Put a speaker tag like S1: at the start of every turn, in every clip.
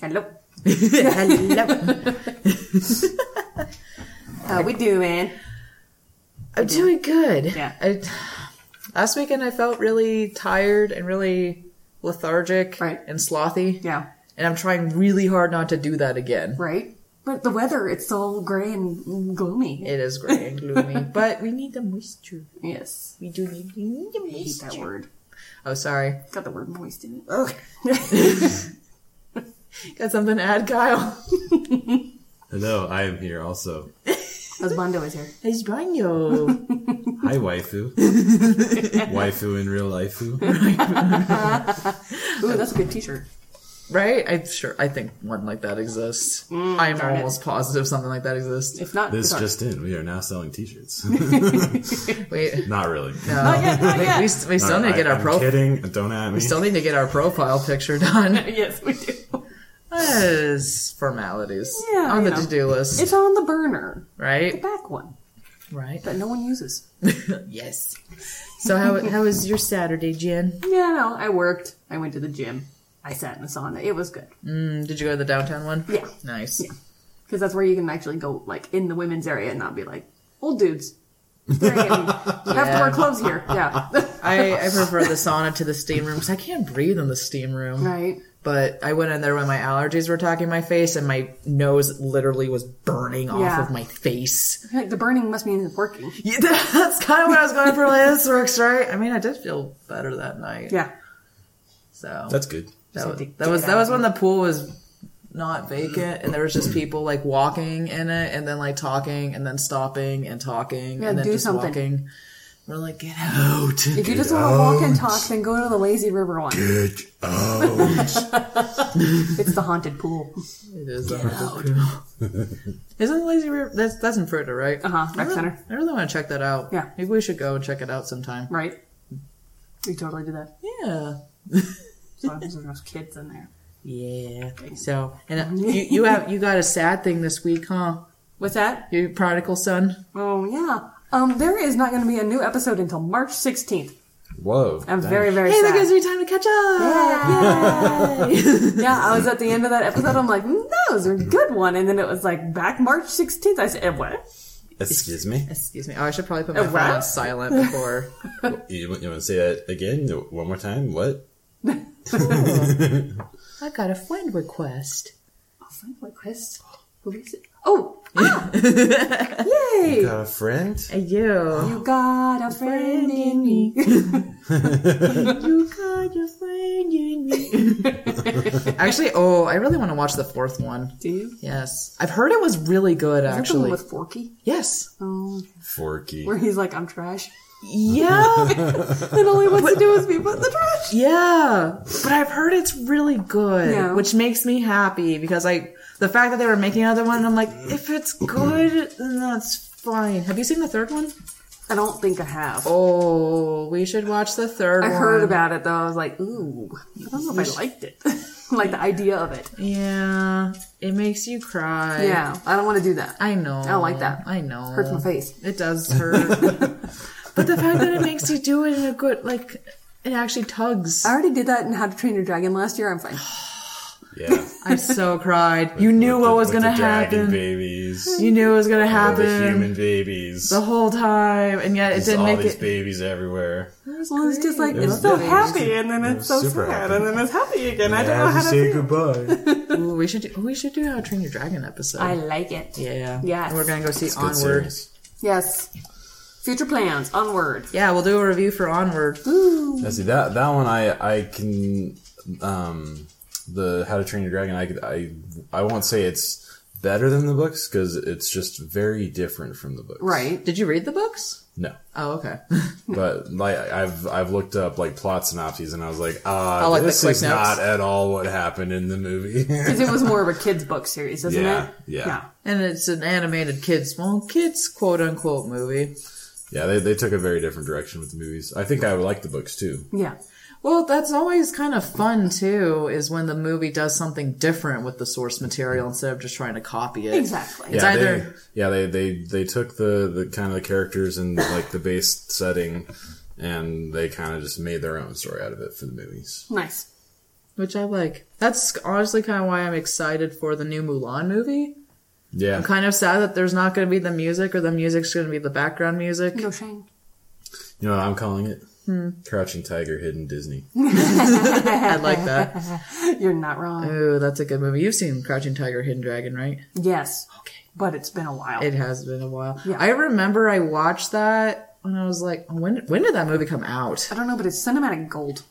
S1: Hello. Hello. How we doing?
S2: I'm doing good.
S1: Yeah.
S2: I, last weekend I felt really tired and really lethargic
S1: Right.
S2: and slothy.
S1: Yeah.
S2: And I'm trying really hard not to do that again.
S1: Right? But the weather, it's all gray and gloomy.
S2: It is gray and gloomy, but we need the moisture.
S1: Yes.
S2: We do need, we need the
S1: I hate that
S2: moisture.
S1: word.
S2: Oh, sorry.
S1: It's got the word moist in it. Ugh.
S2: Got something to add, Kyle?
S3: Hello, I am here also.
S1: Husbando is here.
S2: It's baño.
S3: Hi, waifu. waifu in real life.
S1: Ooh, that's a good t-shirt.
S2: right? I'm sure. I think one like that exists. I'm
S1: Mm, darn it.
S2: almost positive something like that exists.
S1: If not,
S3: This
S1: it's
S3: just in, we are now selling t-shirts.
S2: Wait.
S3: Not really.
S2: Not yet, not yet. We, we still need to get our
S3: I'm
S2: profile.
S3: kidding. Don't at me.
S2: We still need to get our profile picture done.
S1: ours. Yes, we do.
S2: That is formalities
S1: Yeah,
S2: on the
S1: you know.
S2: to-do list,
S1: It's on the burner. The
S2: right?
S1: back one
S2: Right.
S1: that no one uses.
S2: Yes. So how how was your Saturday, Jen?
S1: Yeah, no, I worked. I went to the gym. I sat in the sauna. It was good.
S2: Mm, did you go to the downtown one?
S1: Yeah.
S2: Nice.
S1: because that's where you can actually go like in the women's area and not be like old dudes. Staring at me. You have to wear clothes here. Yeah,
S2: I, I prefer the sauna to the steam room because I can't breathe in the steam room.
S1: right.
S2: But I went in there when my allergies were attacking my face, and my nose literally was burning
S1: Yeah.
S2: off of my face.
S1: Like, the burning must mean it's working.
S2: Yeah, that's kind of what I was going for. Like, this works, right? I mean, I did feel better that night.
S1: Yeah,
S2: So
S3: That's good.
S2: That
S1: had to
S2: was, that
S1: get
S2: was that
S1: out.
S2: was when the pool was not vacant and there was just people like walking in it and then like talking and then stopping and talking
S1: Yeah,
S2: and then
S1: do
S2: just
S1: something.
S2: walking. We're like, get out.
S1: if you just want to walk and talk, then go to the lazy river one.
S3: Good. Oh,
S1: It's the haunted pool.
S2: It is a hard pool. Isn't the Lazy River? That's that's in Fruita, right?
S1: Uh huh. Rec
S2: I really,
S1: center.
S2: I really want to check that out.
S1: Yeah.
S2: maybe we should go and check it out sometime.
S1: Right. We totally do that.
S2: Yeah,
S1: As long as there's no kids in there.
S2: yeah. So, and uh, you, you have you got a sad thing this week, huh?
S1: What's that?
S2: Your prodigal son.
S1: Oh yeah. Um, there is not going to be a new episode until March 16th.
S3: whoa.
S2: Um,
S1: I'm very, very
S2: Hey,
S1: sad.
S2: that gives me time to catch up. Yay!
S1: Yeah, I was at the end of that episode. I'm like, "Mm, that was a good one. And then it was like back March 16th. I said, eh, what?
S3: Excuse me.
S2: Excuse me. Oh, I should probably put my
S1: A
S2: phone
S1: what?
S2: on silent before.
S3: You, want to say that again? One more time? What?
S2: I got a friend request.
S1: I'll find my quest. Who is it? Oh, ah! yay!
S3: Got a friend?
S2: And you,
S1: You got a friend in me.
S2: you got your friend in me. Actually, oh, I really want to watch the fourth one.
S1: Do you?
S2: Yes, I've heard it was really good.
S1: Is that the one
S2: Actually,
S1: with Forky?
S2: yes,
S1: Oh,
S3: Forky.
S1: where he's like, I'm trash.
S2: yeah,
S1: And all he wants to do is be put in the trash.
S2: yeah. But I've heard it's really good,
S1: Yeah.
S2: which makes me happy because I the fact that they were making another one, I'm like, if it's good, then that's fine. Have you seen the third one?
S1: I don't think I have.
S2: Oh, we should watch the third.
S1: I
S2: one.
S1: heard about it though. I was like, ooh, I don't know if I liked it. like the idea of it.
S2: Yeah, it makes you cry.
S1: Yeah, I don't want to do that.
S2: I know. I
S1: don't like that.
S2: I know.
S1: Hurts my face.
S2: It does hurt. but the fact that it makes you do it in a good, like, it actually tugs.
S1: I already did that in How to Train Your Dragon last year. I'm fine.
S3: Yeah.
S2: I so cried. You knew
S3: With
S2: what
S3: the-
S2: was
S3: with
S2: gonna
S3: the dragon
S2: happen.
S3: babies.
S2: You knew it was gonna
S3: All
S2: happen
S3: the
S2: the,
S3: human babies.
S2: whole time, and yet it
S3: There's
S2: didn't
S3: all
S2: make
S3: these
S2: it.
S3: babies everywhere.
S1: Well, it's just like
S3: It
S1: it's
S3: was
S1: so
S3: good.
S1: happy, and then
S3: It
S1: it's so
S3: was
S1: sad,
S3: super happy.
S1: and then it's happy again. I don't know
S3: have
S1: how
S3: to
S1: to
S3: say
S1: feel.
S3: goodbye.
S2: Ooh, we should do. We should do How to Train Your Dragon episode.
S1: I like it.
S2: yeah.
S1: Yes.
S2: And we're gonna go see
S3: Good
S2: Onward.
S3: series.
S1: Yes. Future plans. Onward.
S2: Yeah, we'll do a review for Onward.
S1: Ooh.
S3: Now, see that that one I I can um the How to Train Your Dragon I could- I I won't say it's better than the books because it's just very different from the books.
S1: Right.
S2: Did you read the books?
S3: No,
S2: Oh, okay.
S3: but like I've I've looked up like plot synopses and I was like, ah,
S2: I like the
S3: this
S2: quick
S3: is
S2: notes.
S3: not at all what happened in the movie.
S1: Because it was more of a kids' book series, isn't
S3: Yeah,
S1: it?
S3: yeah.
S2: And it's an animated kids, well, kids quote unquote movie.
S3: yeah, they they took a very different direction with the movies. I think I would like the books too.
S1: Yeah. Yeah.
S2: Well, that's always kind of fun too, is when the movie does something different with the source material instead of just trying to copy it.
S1: Exactly.
S2: It's
S3: yeah,
S2: either-
S3: they, yeah they, they they took the the kind of the characters and like the base setting, and they kind of just made their own story out of it for the movies.
S1: Nice.
S2: which I like. That's honestly kind of why I'm excited for the new Mulan movie.
S3: Yeah.
S2: I'm kind of sad that there's not going to be the music, or the music's going to be the background music.
S1: No shame.
S3: You know what I'm calling it?
S2: Hmm.
S3: Crouching Tiger, Hidden Disney.
S2: I like that.
S1: You're not wrong.
S2: Ooh, that's a good movie. You've seen Crouching Tiger, Hidden Dragon, right?
S1: Yes. Okay. But it's been a while.
S2: It has been a while.
S1: Yeah.
S2: I remember I watched that when I was like, when when did that movie come out?
S1: I don't know, but it's cinematic gold.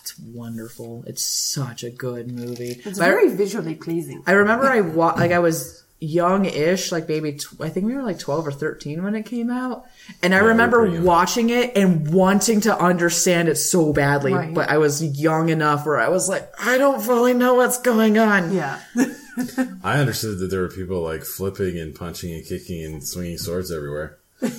S2: It's wonderful. It's such a good movie.
S1: It's
S2: But I-
S1: very visually pleasing.
S2: I remember I wa- like I was young-ish, like maybe tw- I think we were like twelve or thirteen when it came out, and I
S3: we were
S2: remember
S3: pretty young.
S2: watching it and wanting to understand it so badly,
S1: Right.
S2: but I was young enough where I was like, I don't fully know what's going on.
S1: Yeah.
S3: I understood that there were people like flipping and punching and kicking and swinging swords everywhere.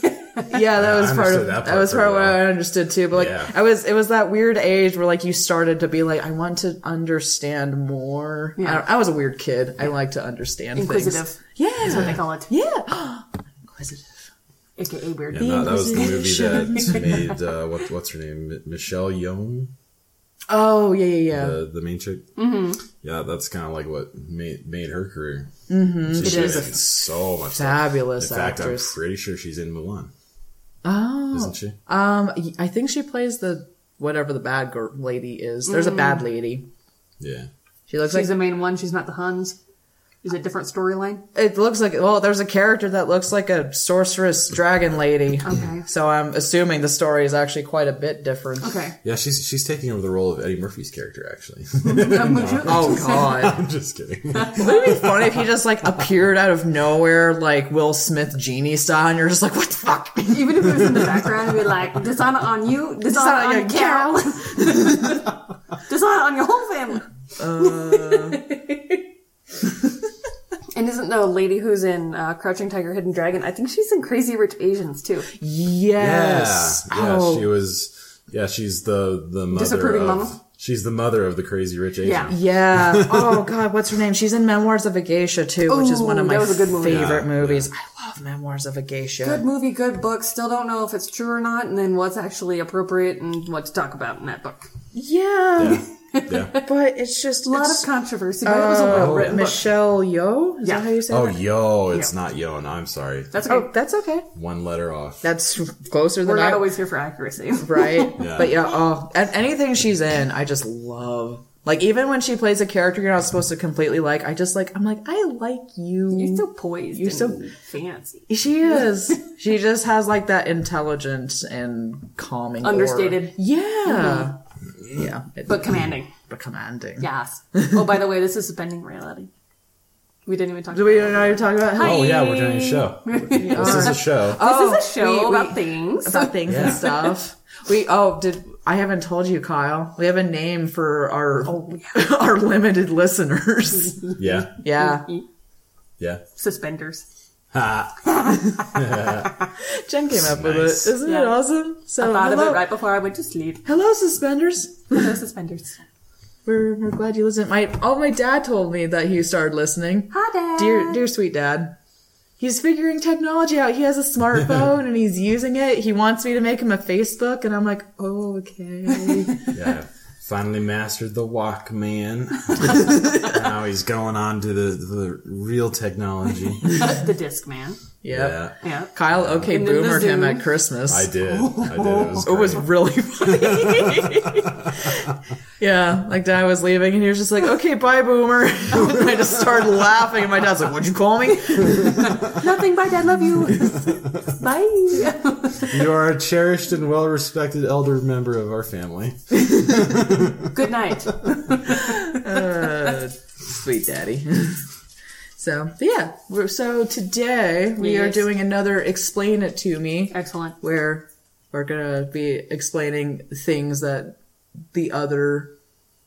S2: Yeah, that was
S3: I
S2: part of
S3: understood
S2: that,
S3: that part
S2: was part of what
S3: pretty well.
S2: I understood too. But like,
S3: Yeah.
S2: I was it was that weird age where like you started to be like, I want to understand more. I,
S1: Yeah.
S2: don't- I was a weird kid. I like to understand
S1: Inquisitive.
S2: things.
S1: Is what they
S2: Yeah,
S1: call it.
S2: yeah, inquisitive.
S1: AKA weird.
S3: Yeah, no, that was the movie that
S2: Inquisition.
S3: made uh, what, what's her name, Mi- Michelle Yeoh,
S2: Oh yeah, yeah, yeah. Mm-hmm.
S3: the, the main chick. Yeah, that's kind of like what made made her career. Mm-hmm. She's
S1: is
S3: been
S1: a
S3: in so much stuff.
S2: fabulous
S3: In fact,
S2: actress.
S3: I'm pretty sure she's in Mulan,
S2: oh,
S3: isn't she?
S2: um, y- I think she plays the whatever the bad girl lady is. There's
S1: Mm.
S2: a bad lady.
S3: Yeah.
S2: She looks
S1: She's
S2: like
S1: the main one. She's not the Huns. Is it different storyline?
S2: it looks like. Well, there's a character that looks like a sorceress dragon lady.
S1: Okay.
S2: So I'm assuming the story is actually quite a bit different.
S1: Okay.
S3: Yeah, she's she's taking over the role of Eddie Murphy's character. Actually,
S1: Um, would you-
S2: Oh god.
S3: I'm just kidding.
S2: Wouldn't it be funny if he just like appeared out of nowhere like Will Smith genie style and you're just like, what the fuck?
S1: Even if it was in the background, it'd be like, dishonor on you, dishonor on
S2: Dishonor on
S1: your
S2: your
S1: cow, dishonor on your whole family. Uh. and isn't the lady who's in uh, Crouching Tiger, Hidden Dragon? I think she's in Crazy Rich Asians too.
S2: Yes.
S3: Yeah, yeah.
S2: Oh.
S3: She was. Yeah, she's the the mother.
S1: Disapproving
S3: of,
S1: mama?
S3: She's the mother of the crazy rich Asian.
S1: Yeah.
S2: yeah. Oh god, what's her name? She's in Memoirs of a Geisha too, which is one of
S1: Ooh,
S2: my
S1: that was a good movie.
S2: favorite
S3: Yeah,
S2: movies. I love Memoirs of a Geisha.
S1: Good movie, good book. Still don't know if it's true or not, and then what's actually appropriate and what to talk about in that book.
S2: Yeah.
S3: Yeah. Yeah.
S2: But it's just
S1: A lot
S2: it's- Oh,
S1: of controversy, but it was a well written book.
S2: Michelle Yeoh? Is
S1: Yeah.
S2: that how you say
S3: Oh,
S2: that?
S3: yo, it's
S1: Yeah.
S3: not yo, and I'm sorry.
S1: That's okay.
S2: Oh, that's okay.
S3: One letter off.
S2: That's closer than
S1: We're
S2: I
S1: not always here for accuracy.
S2: right?
S3: Yeah.
S2: But yeah, oh, and anything she's in, I just love. Like even when she plays a character you're not supposed to completely like, I just like. I'm like, I like you.
S1: You're so poised.
S2: You're
S1: You're
S2: so-
S1: so fancy.
S2: she is. she just has like that intelligent and calming, aura.
S1: Understated.
S2: Yeah, yeah, It-
S1: But commanding.
S2: but commanding.
S1: Yes. Oh, by the way, this is suspending reality. We didn't even talk.
S2: Do
S1: about
S2: we know what you're talking about?
S3: oh yeah, we're doing a show. this is a show.
S2: Oh,
S1: This is a show
S2: we- we-
S1: about things.
S2: about things and stuff. We oh did I haven't told you, Kyle. We have a name for our
S1: Oh,
S2: our limited listeners.
S3: Yeah,
S2: yeah,
S3: yeah.
S1: Suspenders.
S3: Ha.
S2: Jen came up with
S3: Nice.
S2: it. Isn't it
S1: Yeah.
S2: awesome? So
S1: I thought
S2: Oh, hello,
S1: of it right before I went to sleep.
S2: hello, suspenders.
S1: No suspenders.
S2: We're, we're glad you listened. My oh, my dad told me that he started listening.
S1: Hi, Dad.
S2: Dear dear sweet dad, he's figuring technology out. He has a smartphone and he's using it. He wants me to make him a Facebook, and I'm like, oh okay.
S3: Yeah. Finally mastered the Walkman. now he's going on to the, the real technology.
S1: the disc man.
S2: yeah.
S3: Yeah,
S1: Yeah.
S2: Kyle okay
S1: And then the
S2: boomered him
S1: Zoom.
S2: at Christmas.
S3: I did. I did. It was,
S2: It was
S3: great.
S2: really funny. yeah, like dad was leaving and he was just like, okay, bye, boomer. And I just started laughing and my dad's like, what'd you call me?
S1: Nothing. Bye, Dad. Love you. Bye.
S3: You are a cherished and well respected elder member of our family.
S1: Good night.
S2: Uh, sweet daddy. So, but yeah, we're, so today we are
S1: Yes.
S2: doing another Explain It To Me
S1: Excellent.
S2: where we're going to be explaining things that the other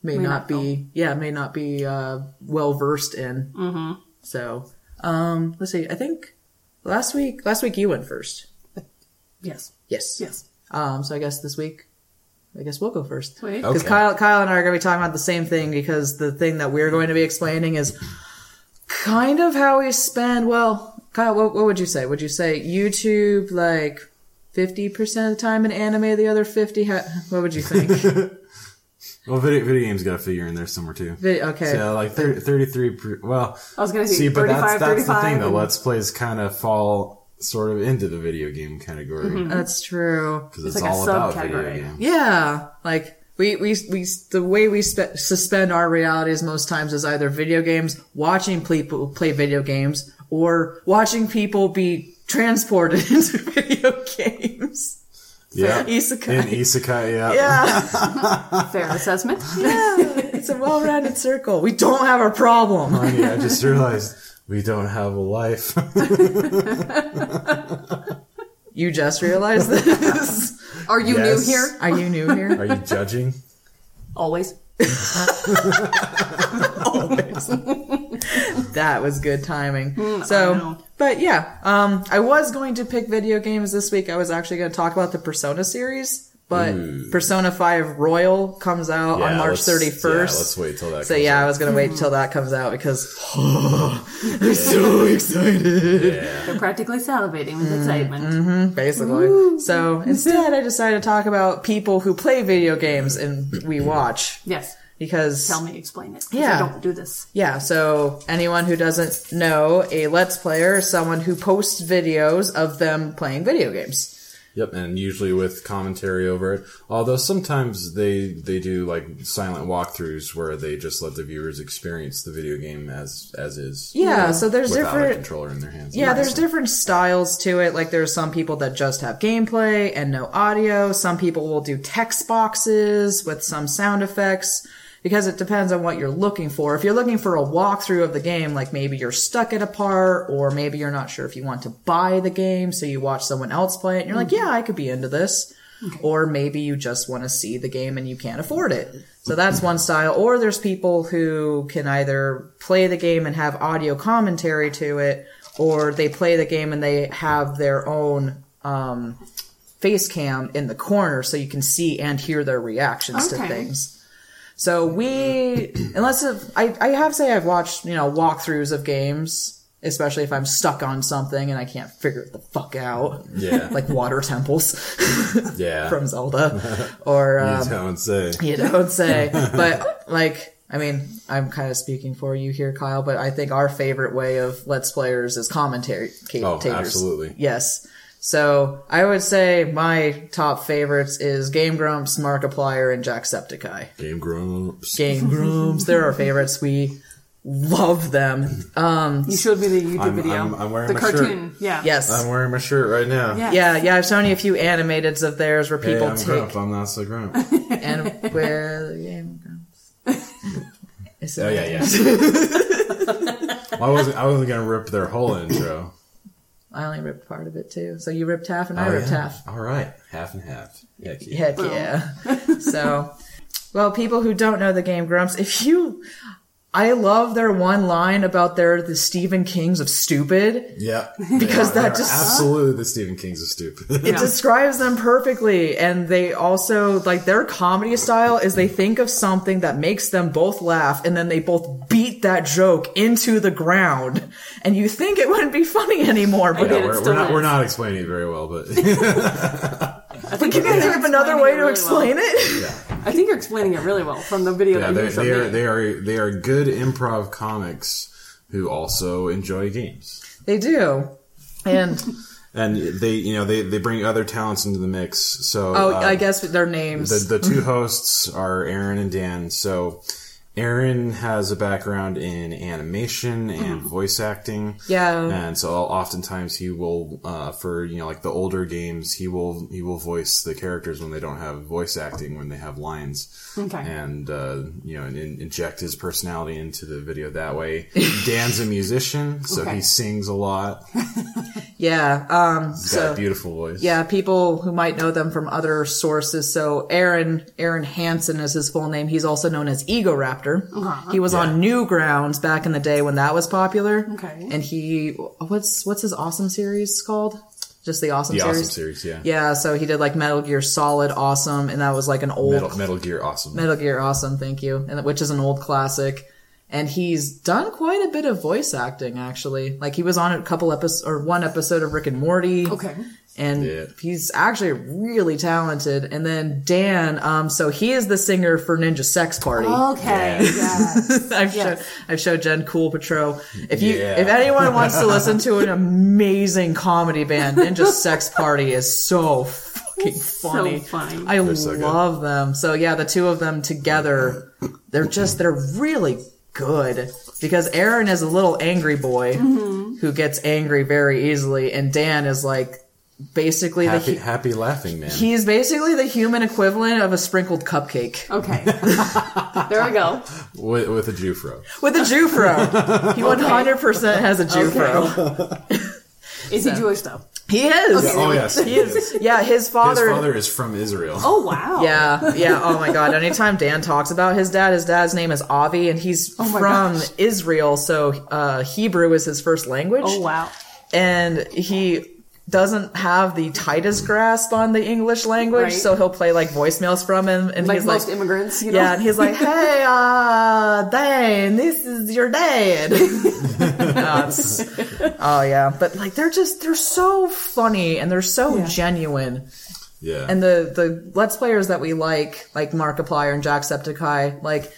S2: may,
S1: May
S2: not,
S1: not
S2: be, yeah, may not be uh, well versed in. Mm-hmm. So, um, let's see. I think last week, last week you went first.
S1: Yes.
S2: Yes.
S1: Yes.
S2: Um, so I guess this week, I guess we'll go first.
S1: Sweet.
S2: Because
S3: Okay.
S2: Kyle, Kyle and I are going to be talking about the same thing because the thing that we're going to be explaining is kind of how we spend. Well, Kyle, what, what would you say? Would you say YouTube like 50% of the time in anime, the other 50? How, what would you think?
S3: Well, video, video games got a figure in there somewhere too.
S2: Vi- okay.
S3: So like thir 33. Per, well,
S1: I was gonna say
S3: see, but that's
S1: 35,
S3: that's the
S1: 35,
S3: thing though.
S1: and-
S3: Let's plays kind of fall sort of into the video game category because
S2: That's true.
S3: it's,
S1: like a
S3: all about
S1: subcategory.
S3: video games.
S2: Yeah, like we we we the way we spe- suspend our realities most times is either video games, watching people play video games, or watching people be transported into video games.
S3: Yeah.
S2: Isekai.
S3: In isekai, yeah.
S2: Yeah,
S1: Fair assessment.
S2: it's a well-rounded circle. We don't have a problem.
S3: Funny, I just realized we don't have a life.
S2: You just realized this.
S1: Are you
S3: Yes.
S1: new here?
S2: Are you new here?
S3: Are you judging?
S1: Always.
S2: That was good timing.
S3: Mm,
S2: so, but yeah, um, I was going to pick video games this week. I was actually going to talk about the Persona series, but Persona 5 Royal comes out on
S3: Yeah,
S2: March
S3: let's-
S2: 31st.
S3: Yeah, let's wait till that.
S2: So
S3: comes
S2: yeah, I
S3: out. Hmm.
S2: was going to wait till that comes out because I'm so excited.
S3: yeah.
S1: They're practically salivating with excitement.
S2: Basically. So instead I decided to talk about people who play video games and we watch
S1: Yes.
S2: because
S1: Tell me, explain it. 'cause
S2: Yeah.
S1: I don't do this.
S2: Yeah, so anyone who doesn't know, a Let's Player is someone who posts videos of them playing video games.
S3: Yep, and usually with commentary over it. Although sometimes they they do like silent walkthroughs where they just let the viewers experience the video game as as is.
S2: Yeah, so there's
S3: Without a
S2: different.
S3: controller in their hands.
S2: Yeah, there's different styles to it. Like there's some people that just have gameplay and no audio. Some people will do text boxes with some sound effects because it depends on what you're looking for. If you're looking for a walkthrough of the game, like maybe you're stuck at a part or maybe you're not sure if you want to buy the game. So you watch someone else play it and you're like, yeah, I could be into this. Or maybe you just want to see the game and you can't afford it. So that's one style. Or there's people who can either play the game and have audio commentary to it, or they play the game and they have their own um, face cam in the corner so you can see and hear their reactions to
S1: Okay.
S2: things. So we, unless if, I, I have say I've watched you know walkthroughs of games, especially if I'm stuck on something and I can't figure it the fuck out,
S3: Yeah.
S2: like water temples
S3: yeah.
S2: from Zelda, or um,
S3: you don't say.
S2: you don't say. but like, I mean, I'm kind of speaking for you here, Kyle. But I think our favorite way of let's players is commentary.
S3: Oh,
S2: taters.
S3: absolutely.
S2: Yes. So I would say my top favorites is Game Grumps, Markiplier, and Jacksepticeye.
S3: Game Grumps.
S2: Game Grumps, they're our favorites. We love them. Um,
S1: You showed me the YouTube
S3: I'm-
S1: video.
S3: I'm- I'm wearing
S1: the
S3: my shirt.
S1: cartoon. Yeah.
S2: yes.
S3: I'm wearing my shirt right now.
S1: Yeah.
S2: yeah, yeah. I've shown you a few animateds of theirs where
S3: Hey,
S2: people
S3: I'm
S2: take
S3: Grump. I'm not so Grump. Oh,
S2: and where the Game Grumps. It's
S3: Oh yeah, yeah. Well, I wasn't. I wasn't gonna rip their whole intro.
S2: I only ripped part of it too. So you ripped half and I
S3: Oh,
S2: ripped
S3: yeah.
S2: half.
S3: All right, half and half. Heck yeah.
S2: Heck yeah. so, well, people who don't know the game Grumps, if you, I love their one line about they're the Stephen Kings of stupid.
S3: Yep.
S2: Because
S3: They are-
S2: that
S3: they are
S2: just-
S3: absolutely the Stephen King's of stupid.
S2: It describes them perfectly. And they also, like, their comedy style is they think of something that makes them both laugh and then they both beat that joke into the ground. And you think it wouldn't be funny anymore, but
S1: Yeah,
S3: Yeah,
S1: it
S3: we're,
S1: still
S3: we're not we're
S1: is.
S3: not explaining it very well, but
S1: I think
S2: you can't think of another way to explain it.
S1: I think you're explaining it really well from the video
S3: yeah,
S1: that
S3: they,
S1: you showed
S3: they are
S1: me.
S3: they are they are good improv comics who also enjoy games,
S2: They do. And
S3: and they you know they, they bring other talents into the mix. So
S2: Oh,
S3: uh,
S2: I guess their names.
S3: the the two hosts are Aaron and Dan. So Aaron has a background in animation and voice acting.
S2: yeah.
S3: and so oftentimes he will uh, for you know like the older games he will he will voice the characters when they don't have voice acting when they have lines
S1: Okay.
S3: and uh, you know and in- inject his personality into the video that way dan's a musician so
S1: Okay.
S3: he sings a lot he's
S2: Yeah. Um
S3: got a
S2: so
S3: beautiful voice
S2: yeah, people who might know them from other sources. So Aaron Aaron Hansen is his full name. He's also known as Ego Raptor. He was on Newgrounds back in the day when that was popular.
S1: Okay.
S2: And he what's what's his awesome series called? Just the awesome
S3: the
S2: series.
S3: awesome series yeah,
S2: Yeah, so he did like Metal Gear Solid Awesome and that was like an old
S3: Metal, Metal Gear Awesome.
S2: Metal Gear Awesome, thank you, and which is an old classic. And he's done quite a bit of voice acting, actually. Like he was on a couple episodes or one episode of Rick and Morty.
S1: Okay.
S2: and
S3: Yeah.
S2: he's actually really talented. And then Dan, um, so he is the singer for Ninja Sex Party.
S1: Oh, Okay. yes.
S2: I've,
S1: Yes.
S2: showed, I've showed Jen Cool Patrol. If you,
S3: Yeah.
S2: if anyone wants to listen to an amazing comedy band, Ninja Sex Party is so fucking funny.
S1: funny.
S2: I
S3: so good.
S2: love them. So yeah, the two of them together, they're just they're really good because Aaron is a little angry boy
S1: Mm-hmm.
S2: who gets angry very easily, and Dan is like basically
S3: Happy,
S2: the.
S3: happy laughing man.
S2: He's basically the human equivalent of a sprinkled cupcake.
S1: Okay. there we go.
S3: with, with a Jufro.
S2: With a Jufro. He 100% has a Jufro.
S1: Is he Jewish though?
S2: He is.
S3: Oh yes, he is. His
S2: Yeah, his father.
S3: father is from Israel.
S1: Oh wow.
S2: Yeah, yeah. Oh my god. Anytime Dan talks about his dad, his dad's name is Avi, and he's
S1: Oh my
S2: from
S1: gosh.
S2: Israel, so uh, Hebrew is his first language.
S1: Oh wow.
S2: And he doesn't have the tightest grasp on the English language,
S1: Right.
S2: so he'll play like voicemails from him, and
S1: Like
S2: he's
S1: most
S2: like,
S1: immigrants, you know.
S2: yeah, and he's like, hey, uh, Dan, this is your dad. Uh, it's- oh yeah, but like they're just they're so funny and they're so
S1: Yeah.
S2: genuine
S3: Yeah,
S2: and the the let's players that we like, like Markiplier and Jacksepticeye, like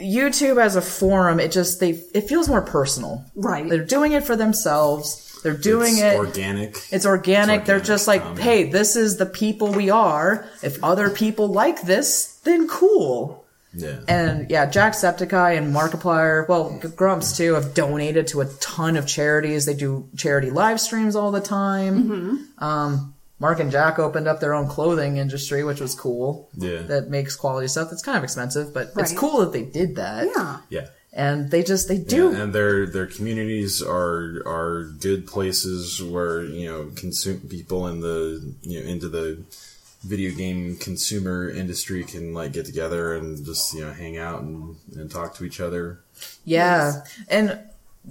S2: YouTube as a forum, it just they it feels more personal.
S1: Right.
S2: They're doing it for themselves. They're doing
S3: it's
S2: it.
S3: organic.
S2: it's organic.
S3: It's
S2: They're
S3: organic
S2: just like,
S3: comedy.
S2: hey, this is the people we are. If other people like this, then cool.
S3: yeah.
S2: And yeah, Jacksepticeye and Markiplier, well, Grumps too, have donated to a ton of charities. They do charity live streams all the time. Um,
S1: Mm-hmm.
S2: Mark and Jack opened up their own clothing industry, which was cool.
S3: Yeah.
S2: That makes quality stuff that's kind of expensive, but it's
S1: Right.
S2: cool that they did that.
S1: Yeah.
S3: yeah.
S2: And they just, they do.
S3: and their their communities are are good places where you know consume people in the you know into the video game consumer industry can like get together and just you know hang out and, and talk to each other.
S2: Yeah. And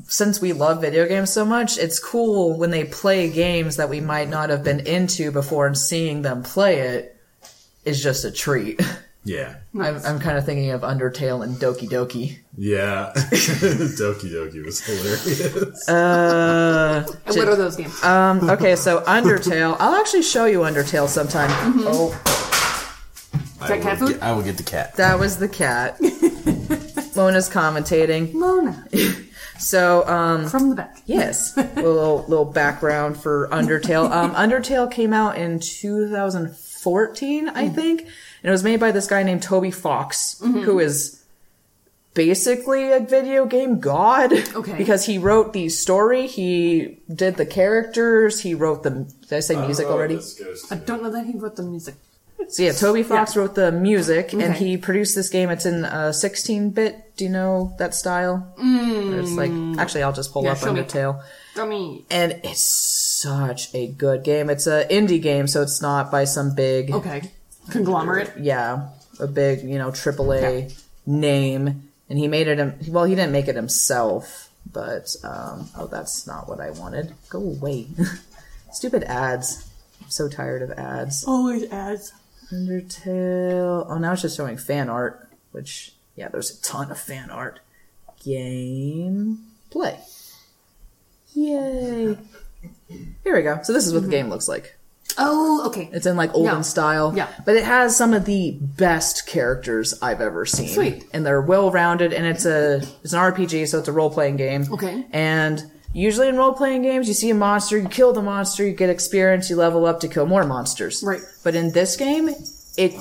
S2: since we love video games so much, it's cool when they play games that we might not have been into before and seeing them play it is just a treat.
S3: Yeah,
S2: I'm, I'm kind of thinking of Undertale and Doki Doki.
S3: yeah. Doki Doki was hilarious.
S1: And what are those games?
S2: Um, okay, so Undertale. I'll actually show you Undertale sometime. Oh,
S3: I,
S1: that cat
S3: will
S1: food?
S3: get, I will get the cat.
S2: that was the cat. Mona's commentating.
S1: Mona
S2: So, um,
S1: from the back.
S2: yes, little little background for Undertale. Um, Undertale came out in 2014, I
S1: Mm-hmm.
S2: think, and it was made by this guy named Toby Fox, who is basically a video game god.
S1: Okay.
S2: Because he wrote the story, he did the characters, he wrote the. Did I say music already?
S1: I don't know that he wrote the music.
S2: So yeah, Toby Fox wrote the music, and
S1: Okay.
S2: he produced this game. It's in uh, 16-bit. Do you know that style? Mm. It's like actually, I'll just pull up
S1: show me.
S2: Undertale,
S1: I mean,
S2: and it's such a good game. It's a indie game, so it's not by some big
S1: okay, conglomerate.
S2: yeah, a big, you know, AAA name. And he made it, him- well, he didn't make it himself, but, um, oh, that's not what I wanted. Go away. Stupid ads. I'm so tired of ads.
S1: Always ads.
S2: Undertale. Oh, now it's just showing fan art, which, yeah, there's a ton of fan art. Game play. Yay. Here we go. So this is what the game looks like.
S1: Oh, okay.
S2: It's in like olden
S1: Yeah.
S2: style.
S1: Yeah.
S2: But it has some of the best characters I've ever seen.
S1: Sweet.
S2: And they're well rounded and it's a it's an RPG, so it's a role playing game.
S1: Okay.
S2: And usually in role playing games you see a monster, you kill the monster, you get experience, you level up to kill more monsters.
S1: Right.
S2: But in this game, it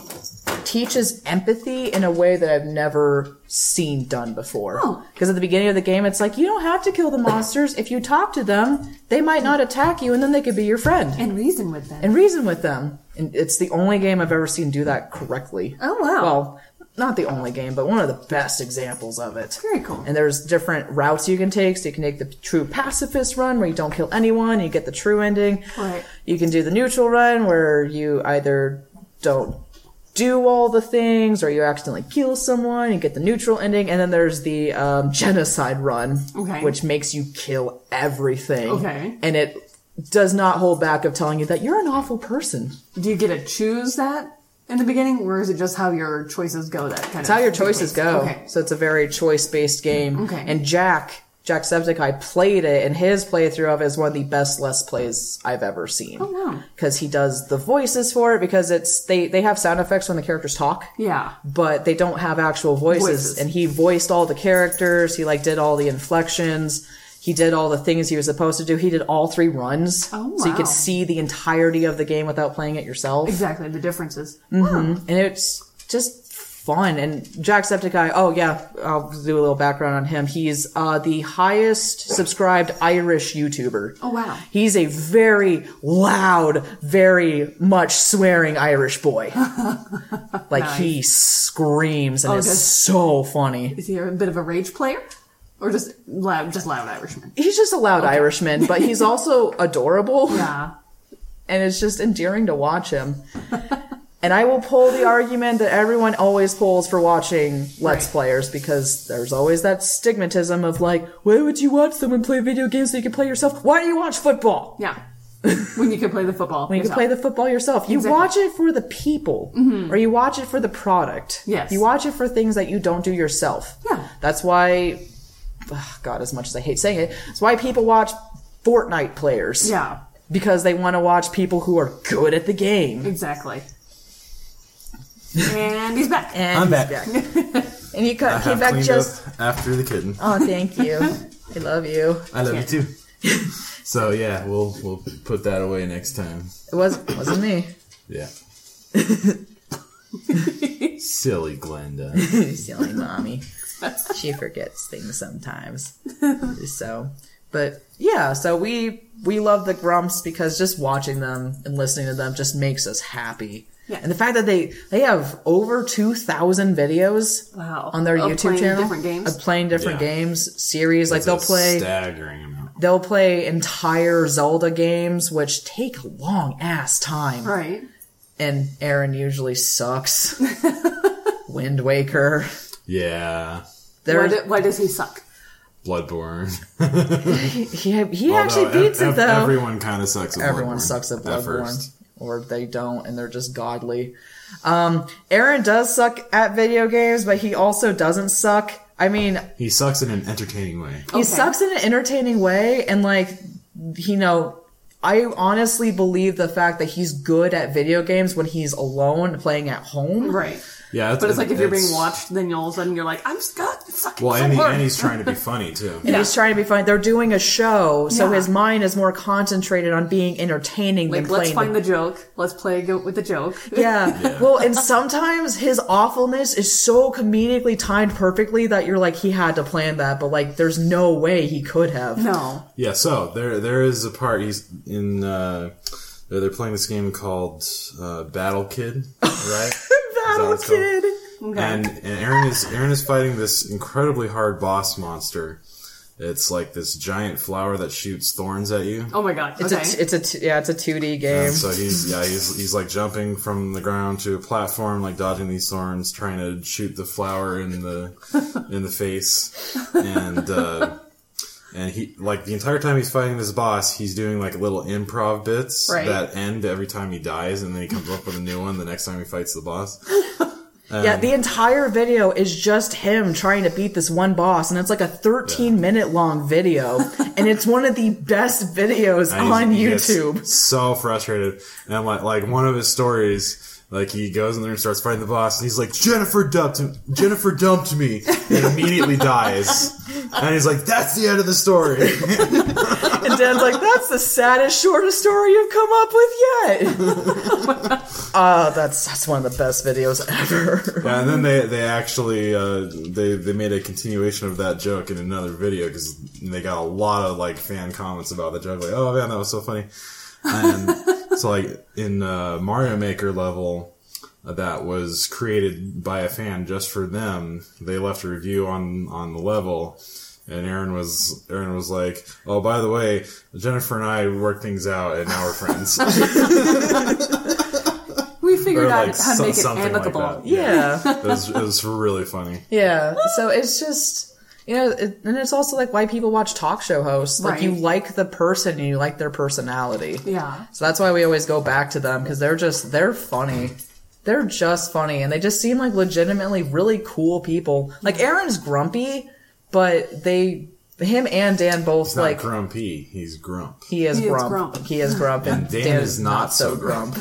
S2: teaches empathy in a way that I've never seen done before.
S1: Oh.
S2: Because at the beginning of the game, it's like, you don't have to kill the monsters. If you talk to them, they might not attack you and then they could be your friend
S1: and reason with them.
S2: and reason with them. And it's the only game I've ever seen do that correctly.
S1: Oh, wow.
S2: Well, not the only game, but one of the best examples of it.
S1: Very cool.
S2: And there's different routes you can take. So you can take the true pacifist run where you don't kill anyone, you get the true ending.
S1: Right.
S2: You can do the neutral run where you either don't do all the things or you accidentally kill someone, you get the neutral ending, and then there's the um, genocide run,
S1: Okay.
S2: which makes you kill everything.
S1: Okay.
S2: And it does not hold back of telling you that you're an awful person.
S1: Do you get to choose that in the beginning, or is it just how your choices go? That kind
S2: It's
S1: of
S2: how your choices go.
S1: Okay.
S2: So it's a very choice based game.
S1: Okay.
S2: And Jack Jacksepticeye played it, and his playthrough of it is one of the best less plays I've ever seen.
S1: Oh, wow.
S2: Because he does the voices for it, because it's they they have sound effects when the characters talk,
S1: Yeah.
S2: but they don't have actual voices.
S1: Voices.
S2: And he voiced all the characters. He like did all the inflections. He did all the things he was supposed to do. He did all three runs,
S1: Oh,
S2: so you
S1: wow.
S2: could see the entirety of the game without playing it yourself
S1: Exactly. The differences.
S2: and it's just fun. And Jacksepticeye, oh yeah, I'll do a little background on him. He's uh, the highest subscribed Irish YouTuber.
S1: Oh, wow.
S2: He's a very loud, very much swearing Irish boy. like he screams and it's
S1: does-
S2: so funny.
S1: Is he a bit of a rage player? Or just loud, just loud Irishman?
S2: He's just a loud Irishman, but he's also adorable.
S1: Yeah.
S2: and it's just endearing to watch him. and I will pull the argument that everyone always pulls for watching Let's
S1: Right.
S2: Players because there's always that stigmatism of like, why would you watch someone play video games so you can play yourself? Why do you watch football?
S1: Yeah. when you can play the football.
S2: When you can play the football yourself, you
S1: Exactly. Mm-hmm.
S2: watch it for the people, or you watch it for the product.
S1: Yes.
S2: you watch it for things that you don't do yourself.
S1: Yeah.
S2: that's why. ugh, God, as much as I hate saying it, it's why people watch Fortnite players.
S1: Yeah.
S2: because they want to watch people who are good at the game.
S1: Exactly. and he's back.
S2: And
S3: I'm
S2: he's
S3: back.
S2: and he cut, came
S3: I've
S2: back
S3: cleaned
S2: just.
S3: up after the kitten.
S2: Oh, thank you. I love you.
S3: I love you too. so yeah, we'll we'll put that away next time.
S2: It was wasn't me.
S3: Yeah. Silly Glenda.
S2: Silly mommy. She forgets things sometimes. So, but yeah. So we we love the Grumps because just watching them and listening to them just makes us happy.
S1: Yeah.
S2: And the fact that they they have over two thousand videos
S1: Wow.
S2: on their
S1: Of
S2: YouTube
S1: playing
S2: channel
S1: different games?
S2: of playing different
S3: Yeah.
S2: games series. like
S3: It's
S2: they'll
S3: a
S2: play
S3: staggering amount.
S2: they'll play entire Zelda games, which take a long ass time.
S1: Right.
S2: and Aaron usually sucks. Wind Waker.
S3: Yeah,
S1: Why,
S2: There,
S1: do, why does he suck?
S3: Bloodborne.
S2: he, he actually
S3: Although Oh, ev-
S2: beats it
S3: ev-
S2: though.
S3: Everyone kind of sucks. At
S2: Everyone
S3: Bloodborne
S2: sucks at Bloodborne,
S3: first.
S2: or they don't, and they're just godly. Um, Aaron does suck at video games, but he also doesn't suck. I mean,
S3: He sucks in an entertaining way.
S2: he sucks in an entertaining way, and like, you know. I honestly believe the fact that he's good at video games when he's alone playing at home.
S1: Right.
S3: Yeah,
S1: But it's like if you're being
S3: it's-
S1: watched, then you all of a sudden you're like, I'm stuck. It's sucking
S3: Well,
S1: so
S3: and, he,
S1: hard.
S3: and he's trying to be funny too.
S2: And he's trying to be funny. They're doing a show, so
S1: Yeah.
S2: his mind is more concentrated on being entertaining
S1: like,
S2: than
S1: let's
S2: playing.
S1: find the joke. Let's play go- with the joke.
S2: yeah. Well, and sometimes his awfulness is so comedically timed perfectly that you're like, he had to plan that, but like, there's no way he could have.
S1: No.
S3: Yeah, so there there is a part he's in. Uh, they're they're playing this game called uh, Battle Kid, right?
S2: Battle
S3: Is that what
S2: Kid.
S3: it's called? And, and Aaron is Aaron is fighting this incredibly hard boss monster. It's like this giant flower that shoots thorns at you.
S1: Oh my god.
S2: It's
S1: Okay.
S2: a, it's a, t- yeah, it's a 2D game.
S3: And so he's yeah he's he's like jumping from the ground to a platform, like dodging these thorns, trying to shoot the flower in the in the face, and uh, and he like the entire time he's fighting this boss, he's doing like little improv bits
S1: Right.
S3: that end every time he dies, and then he comes up with a new one the next time he fights the boss.
S2: yeah, the entire video is just him trying to beat this one boss, and it's like a 13 minute long video, and it's one of the best videos
S3: And he's-
S2: on
S3: he gets
S2: YouTube.
S3: So frustrated. And like like one of his stories, like he goes in there and starts fighting the boss, and he's like, Jennifer dumped him. Jennifer dumped me. And immediately dies. And he's like, that's the end of the story.
S2: And Dan's like, that's the saddest, shortest story you've come up with yet. uh, that's that's one of the best videos ever.
S3: Yeah, and then they they actually uh, they they made a continuation of that joke in another video because they got a lot of like fan comments about the joke, like, "Oh man, that was so funny." And so like in uh, Mario Maker level uh, that was created by a fan just for them. They left a review on on the level. And Aaron was Aaron was like, "Oh, by the way, Jennifer and I worked things out, and now we're friends."
S1: we figured
S3: Or,
S1: out
S3: like,
S1: how to
S3: so-
S1: make it
S3: something like
S1: amicable.
S3: that.
S2: Yeah,
S3: it, was, it was really funny.
S2: yeah. So it's just you know, it, and it's also like why people watch talk show hosts. Like you
S1: Right.
S2: like the person and you like their personality.
S1: Yeah.
S2: So that's why we always go back to them because they're just they're funny. They're just funny and they just seem like legitimately really cool people. Like Aaron's grumpy, but they But him and Dan both
S3: Not
S2: like
S3: grumpy. E. He's grump.
S2: he is
S1: He is
S2: grump.
S1: grump.
S2: He is grump, and
S3: Dan is not so grump.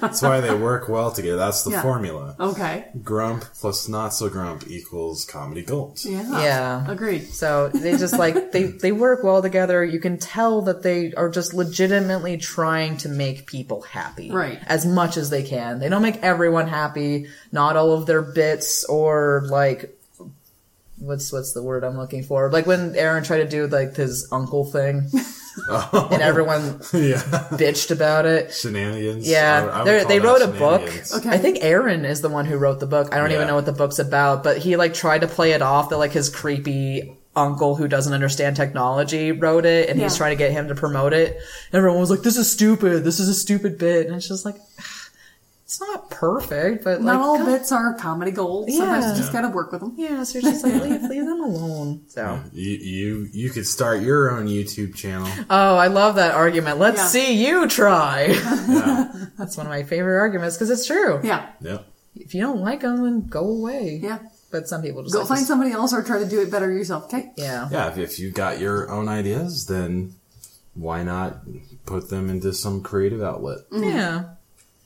S3: That's why they work well together. That's the
S1: Yeah.
S3: formula.
S1: Okay.
S3: Grump plus not so grump equals comedy gold.
S1: Yeah.
S2: Yeah.
S1: Agreed.
S2: So they just like they they work well together. You can tell that they are just legitimately trying to make people happy,
S1: Right.
S2: As much as they can. They don't make everyone happy. Not all of their bits or like what's what's the word I'm looking for? Like when Aaron tried to do like his uncle thing, and everyone
S3: yeah.
S2: bitched about it.
S3: Shenanigans. I would- I
S2: Yeah,
S3: would
S2: They're-
S3: call
S2: they
S3: that
S2: wrote a book.
S3: shenanigans.
S1: Okay.
S2: I think Aaron is the one who wrote the book. I don't
S3: Yeah.
S2: even know what the book's about, but he like tried to play it off that like his creepy uncle who doesn't understand technology wrote it, and he's
S1: Yeah.
S2: trying to get him to promote it. And everyone was like, "This is stupid. This is a stupid bit," and it's just like. It's not perfect, but like,
S1: Not all
S2: God-
S1: bits are comedy gold. Sometimes
S2: Yeah.
S1: you just gotta work with them.
S2: Yeah, so you're just like leave, leave them alone. So,
S3: You, you you could start your own YouTube channel.
S2: oh, I love that argument. Let's
S1: Yeah.
S2: see you try.
S3: Yeah.
S2: That's one of my favorite arguments because it's true.
S1: Yeah.
S3: yep.
S2: If you don't like them, then go away.
S1: Yeah.
S2: But some people just
S1: Go
S2: like
S1: find
S2: this-
S1: somebody else or try to do it better yourself. Okay.
S2: Yeah.
S3: Yeah. If, if you got your own ideas, then why not put them into some creative outlet?
S2: Yeah.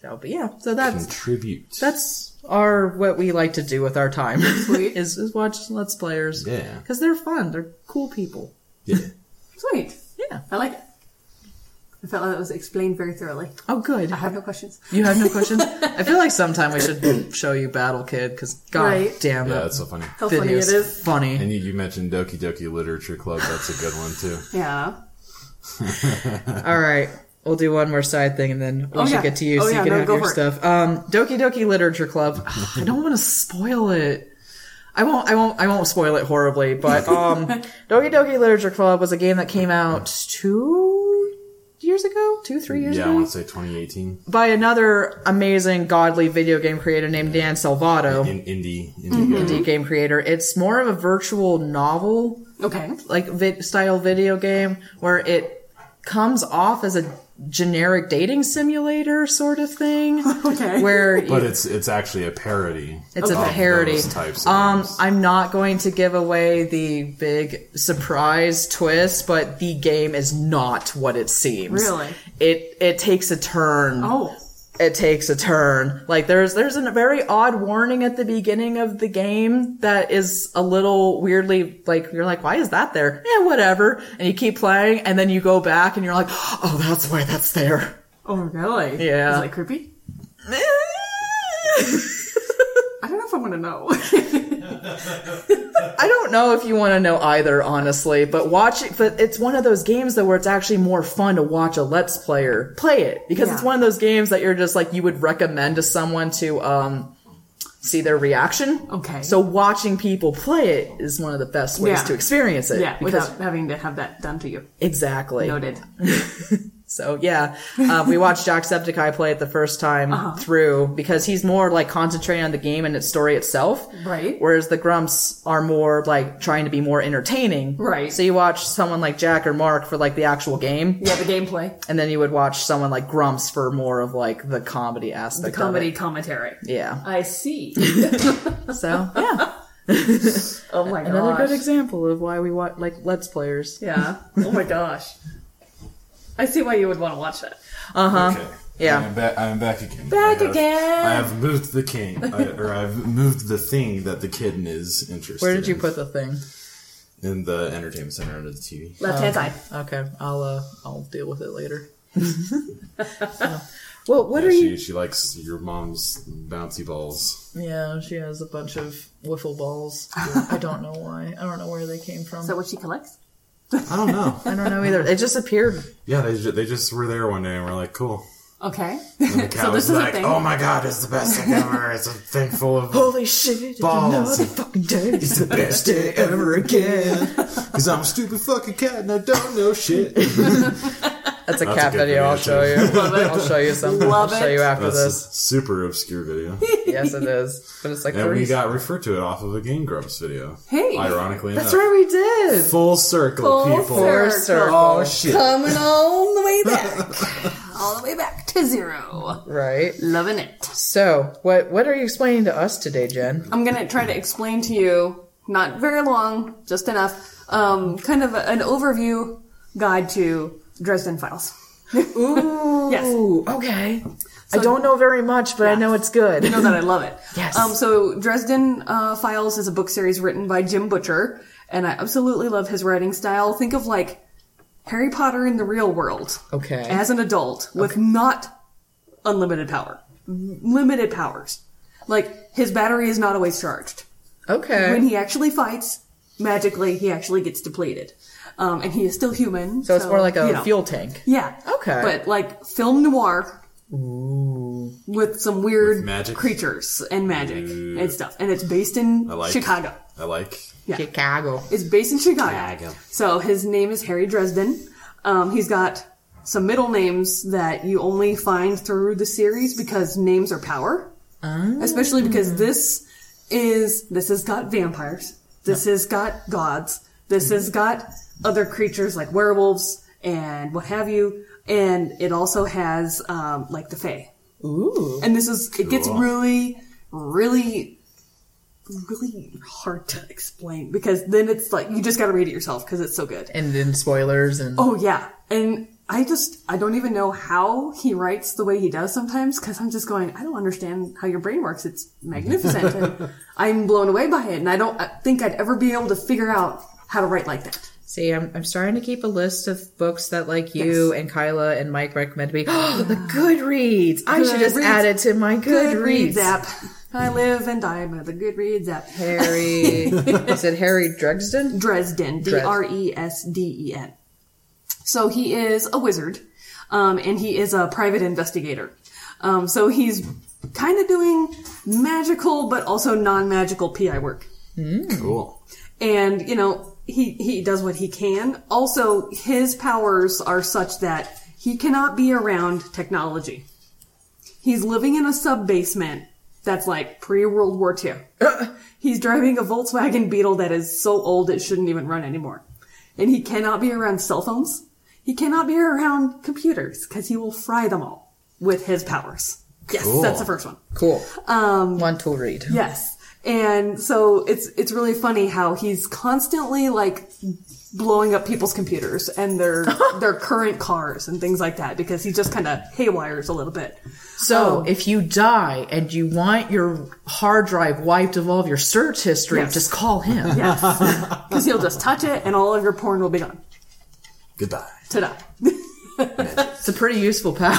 S2: So, but yeah, so that's
S3: Contribute.
S2: Mm-hmm. that's our what we like to do with our time
S1: Sweet.
S2: is is watch Let's Players.
S3: Yeah.
S2: because they're fun. They're cool people.
S3: yeah.
S1: Sweet.
S2: Yeah.
S1: I like it. I felt like that was explained very thoroughly.
S2: Oh, good.
S1: I have no questions.
S2: You have no questions. I feel like sometime we should show you Battle Kid because god
S1: Right.
S2: damn
S3: Yeah.
S2: it,
S3: That's so funny.
S1: How funny it
S2: video's
S1: is.
S2: funny.
S3: And you, you mentioned Doki Doki Literature Club. That's a good one too.
S1: Yeah.
S2: All right. We'll do one more side thing and then we
S1: Oh,
S2: should
S1: yeah.
S2: get to you so
S1: Oh,
S2: you
S1: yeah,
S2: can
S1: no,
S2: have
S1: go
S2: your
S1: for it.
S2: stuff. Um, Doki Doki Literature Club. Ugh, I don't want to spoil it. I won't. I won't. I won't spoil it horribly. But um, Doki Doki Literature Club was a game that came out two years ago, two three years
S3: Yeah, I
S2: ago,
S3: want to say 2018
S2: by another amazing godly video game creator named Dan Salvato,
S3: in indie indie
S2: indie game creator. It's more of a virtual novel
S1: Okay.
S2: like vid- style video game where it comes off as a generic dating simulator sort of thing
S1: Okay.
S2: where
S3: But it's it's actually a parody.
S2: it's
S3: of
S2: a parody
S3: Those types. Of
S2: um
S3: games.
S2: i'm not going to give away the big surprise twist but the game is not what it seems
S1: Really?
S2: it it takes a turn
S1: Oh.
S2: it takes a turn. Like there's there's a very odd warning at the beginning of the game that is a little weirdly like you're like why is that there? Yeah, whatever. And you keep playing and then you go back and you're like oh that's why that's there.
S1: Oh, really?
S2: Yeah.
S1: Is it like creepy? I don't know if I want to know.
S2: I don't know if you want to know either, honestly, but watch it. But it's one of those games though where it's actually more fun to watch a Let's Player play it because it's
S1: Yeah.
S2: one of those games that you're just like you would recommend to someone to um see their reaction.
S1: Okay.
S2: So watching people play it is one of the best ways
S1: Yeah.
S2: to experience it.
S1: yeah,
S2: because
S1: without having to have that done to you.
S2: exactly.
S1: Noted.
S2: So yeah, um, we watched Jacksepticeye play it the first time
S1: Uh-huh.
S2: through because he's more like concentrating on the game and its story itself.
S1: Right.
S2: Whereas the Grumps are more like trying to be more entertaining.
S1: Right.
S2: So you watch someone like Jack or Mark for like the actual game,
S1: Yeah, the gameplay,
S2: and then you would watch someone like Grumps for more of like the comedy
S1: the
S2: aspect. of
S1: comedy
S2: it.
S1: commentary.
S2: Yeah.
S1: I see.
S2: So yeah,
S1: Oh my gosh.
S2: another good example of why we watch like Let's Players.
S1: yeah. Oh my gosh. I see why you would want to watch that.
S2: Uh huh.
S3: Okay.
S2: Yeah.
S3: I'm back. I'm back again.
S1: Back
S3: I have-
S1: again.
S3: I have moved the king, I, or I've moved the thing that the kitten is interested.
S2: Where did you
S3: in.
S2: put the thing?
S3: in the entertainment center under the TV?
S1: Left hand side.
S2: Okay, I'll uh, I'll deal with it later. So, Well, what are
S3: She
S2: you?
S3: she likes your mom's bouncy balls.
S2: Yeah, she has a bunch of wiffle balls. I don't know why. I don't know where they came from.
S1: Is that what she collects?
S3: I don't know.
S2: I don't know either. They just appeared.
S3: yeah, they ju- they just were there one day and we're like, cool.
S1: Okay.
S3: And the cat
S1: so this
S3: was
S1: is
S3: like,
S1: a thing.
S3: oh my god, it's the best thing ever. It's a thing full of
S2: Holy shit!
S3: Balls.
S2: Another fucking day.
S3: It's the best day ever again. Cause I'm a stupid fucking cat and I don't know shit.
S2: That's a
S3: That's a
S2: cat
S3: good
S2: video. I'll show you.
S3: video,
S2: I'll show you something.
S1: Love
S2: I'll show
S1: it.
S2: you after
S3: That's a
S2: this.
S3: super obscure video.
S2: Yes, it is. But it's like
S3: And we
S2: 30
S3: got referred to it off of a Game Grumps video.
S1: Hey.
S3: Ironically
S2: That's
S3: enough.
S2: right, we did.
S3: Full circle,
S1: Full
S3: people.
S1: circle.
S2: Four circle.
S3: Oh shit.
S1: Coming all the way back. all the way back to zero.
S2: Right.
S1: Loving it.
S2: So, what what are you explaining to us today, Jen?
S1: I'm gonna try to explain to you, not very long, just enough, um, kind of an overview guide to Dresden Files.
S2: Ooh.
S1: Yes.
S2: Okay. I don't know very much, but I know it's good.
S1: know that I love it.
S2: Yes.
S1: Um, so Dresden uh, Files is a book series written by Jim Butcher, and I absolutely love his writing style. Think of like Harry Potter in the real world.
S2: Okay.
S1: As an adult with not unlimited power, limited powers. Like his battery is not always charged.
S2: okay.
S1: When he actually fights, magically he actually gets depleted, um, and he is still human.
S2: so it's more like a
S1: you know.
S2: fuel tank.
S1: Yeah.
S2: Okay.
S1: But like film noir. With some weird
S3: With magic?
S1: creatures and magic
S3: Ooh.
S1: and stuff. And it's based in
S3: I like
S1: Chicago.
S3: I like.
S1: Yeah.
S2: Chicago.
S1: It's based in Chicago.
S3: Chicago.
S1: So his name is Harry Dresden. Um, he's got some middle names that you only find through the series because names are power. Especially because this is this has got vampires. This has got gods. This has got other creatures like werewolves and what have you. And it also has um, like the Fae.
S2: Ooh.
S1: And this is it gets
S3: Cool.
S1: really, really really hard to explain because then it's like you just got to read it yourself because it's so good.
S2: And then spoilers and
S1: Oh yeah, and I just I don't even know how he writes the way he does sometimes because I'm just going I don't understand how your brain works. It's magnificent. and I'm blown away by it, and I don't I think I'd ever be able to figure out how to write like that.
S2: See, I'm, I'm starting to keep a list of books that like you and Kyla and Mike recommend to me. Oh, the Goodreads! I should just
S1: Goodreads.
S2: add it to my
S1: Goodreads
S2: Goodreads.
S1: app. I live and die by the Goodreads app.
S2: Harry, is it Harry Dresden?
S1: Dresden, D R E S D E N. So he is a wizard, um, and he is a private investigator. Um, so he's kind of doing magical, but also non-magical PI work.
S3: Cool.
S1: And you know, he he does what he can. Also, his powers are such that he cannot be around technology. He's living in a sub basement that's like pre World War II. He's driving a Volkswagen Beetle that is so old it shouldn't even run anymore. And he cannot be around cell phones. He cannot be around computers because he will fry them all with his powers. Yes,
S3: Cool.
S1: that's the first one.
S2: Cool. Um, one to read.
S1: Yes. And so it's it's really funny how he's constantly like blowing up people's computers and their their current cars and things like that because he just kind of haywires a little bit.
S2: So, if you die and you want your hard drive wiped of all of your search history,
S1: Yes.
S2: just call him.
S1: Yes. Cuz he'll just touch it and all of your porn will be gone.
S3: Goodbye.
S1: Ta-da.
S2: It's a pretty useful power.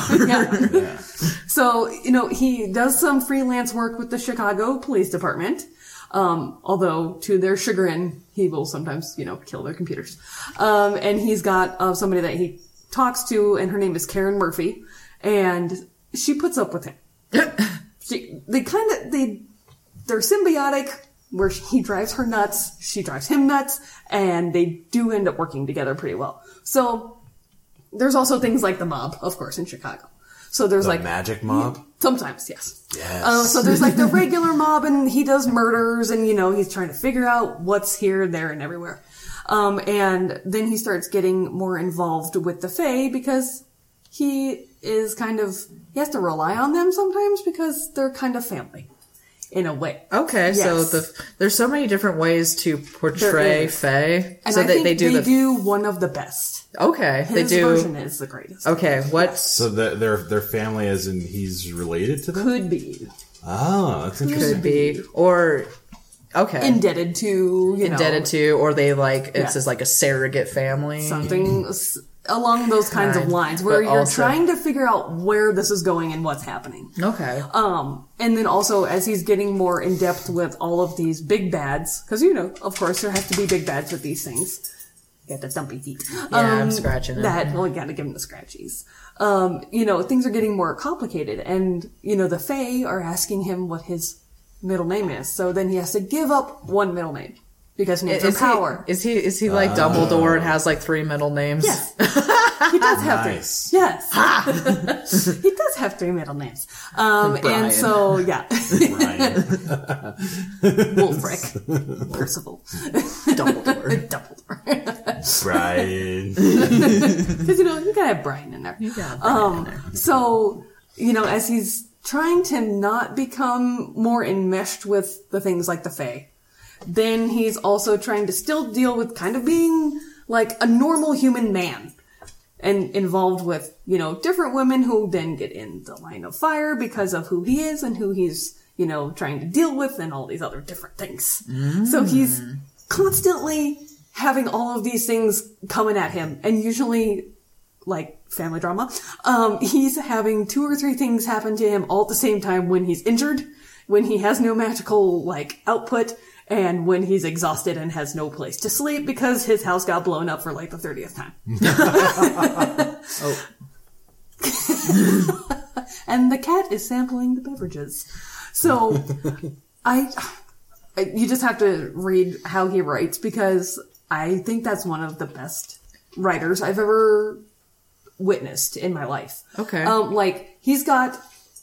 S1: So, you know, he does some freelance work with the Chicago Police Department. Um, although to their chagrin, he will sometimes, you know, kill their computers. Um, and he's got uh, somebody that he talks to, and her name is Karen Murphy, and she puts up with him. she, they kind of they they're symbiotic, where he drives her nuts, she drives him nuts, and they do end up working together pretty well. So there's also things like the mob, of course, in Chicago. So there's
S3: The
S1: like
S3: magic mob.
S1: Sometimes, yes.
S3: Yes.
S1: Uh, so there's like the regular mob, and he does murders, and you know he's trying to figure out what's here, there, and everywhere. Um, and then he starts getting more involved with the Fae because he is kind of he has to rely on them sometimes because they're kind of family in a way.
S2: Okay, so
S1: Yes.
S2: the, there's so many different ways to
S1: There
S2: portray
S1: is.
S2: Faye.
S1: And
S2: so
S1: I
S2: they,
S1: think
S2: they do the
S1: one of the best.
S2: okay, they
S1: His
S2: do
S1: version is the greatest.
S2: okay. What
S3: So the, their their family, as in he's related to them.
S1: Could be
S3: Oh, that's interesting.
S2: could be or okay
S1: indebted to you
S2: indebted
S1: know,
S2: to or they like it's
S1: Yeah.
S2: just like a surrogate family.
S1: something s- along those kinds of
S2: Kind,
S1: lines where
S2: but
S1: you're
S2: also-
S1: trying to figure out where this is going and what's happening.
S2: Okay,
S1: Um, and then also as he's getting more in depth with all of these big bads, because you know, of course, there have to be big bads with these things. Got the dumpy feet. Um,
S2: Yeah, I'm scratching it.
S1: That well, you gotta give him the scratchies. Um, you know, things are getting more complicated, and you know, the Fae are asking him what his middle name is. So then he has to give up one middle name because names
S2: is
S1: are power. Uh,
S2: he is he is he like Dumbledore and has like three middle names?
S1: Yes. he does have
S3: Nice.
S1: three. Yes. he does have three middle names. Um,
S2: Brian.
S1: and so, yeah.
S3: Ryan.
S1: Wolfric. Percival.
S2: Dumbledore.
S1: Dumbledore.
S3: Brian.
S1: Because, you know, you gotta have Brian in there. um, So, you know, as he's trying to not become more enmeshed with the things like the Fae, Then he's also trying to still deal with kind of being like a normal human man and involved with, you know, different women who then get in the line of fire because of who he is and who he's, you know, trying to deal with and all these other different things. So he's constantly having all of these things coming at him and usually like family drama. Um, he's having two or three things happen to him all at the same time when he's injured, when he has no magical like output, and when he's exhausted and has no place to sleep because his house got blown up for like the thirtieth time.
S2: Oh,
S1: and the cat is sampling the beverages. So I, I- you just have to read how he writes because I think that's one of the best writers I've ever witnessed in my life.
S2: Okay.
S1: Um, like he's got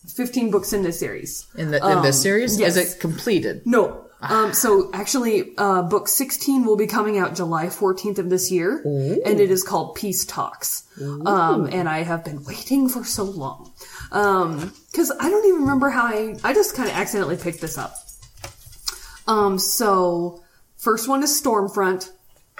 S1: 15 books in this series.
S2: in the in this
S1: Um,
S2: series,
S1: yes.
S2: is it completed?
S1: No. Um, so actually, uh, book 16 will be coming out July 14th of this year, and it is called Peace Talks. Um, and I have been waiting for so long. Um, cause I don't even remember how I, I just kind of accidentally picked this up. Um, so first one is Stormfront.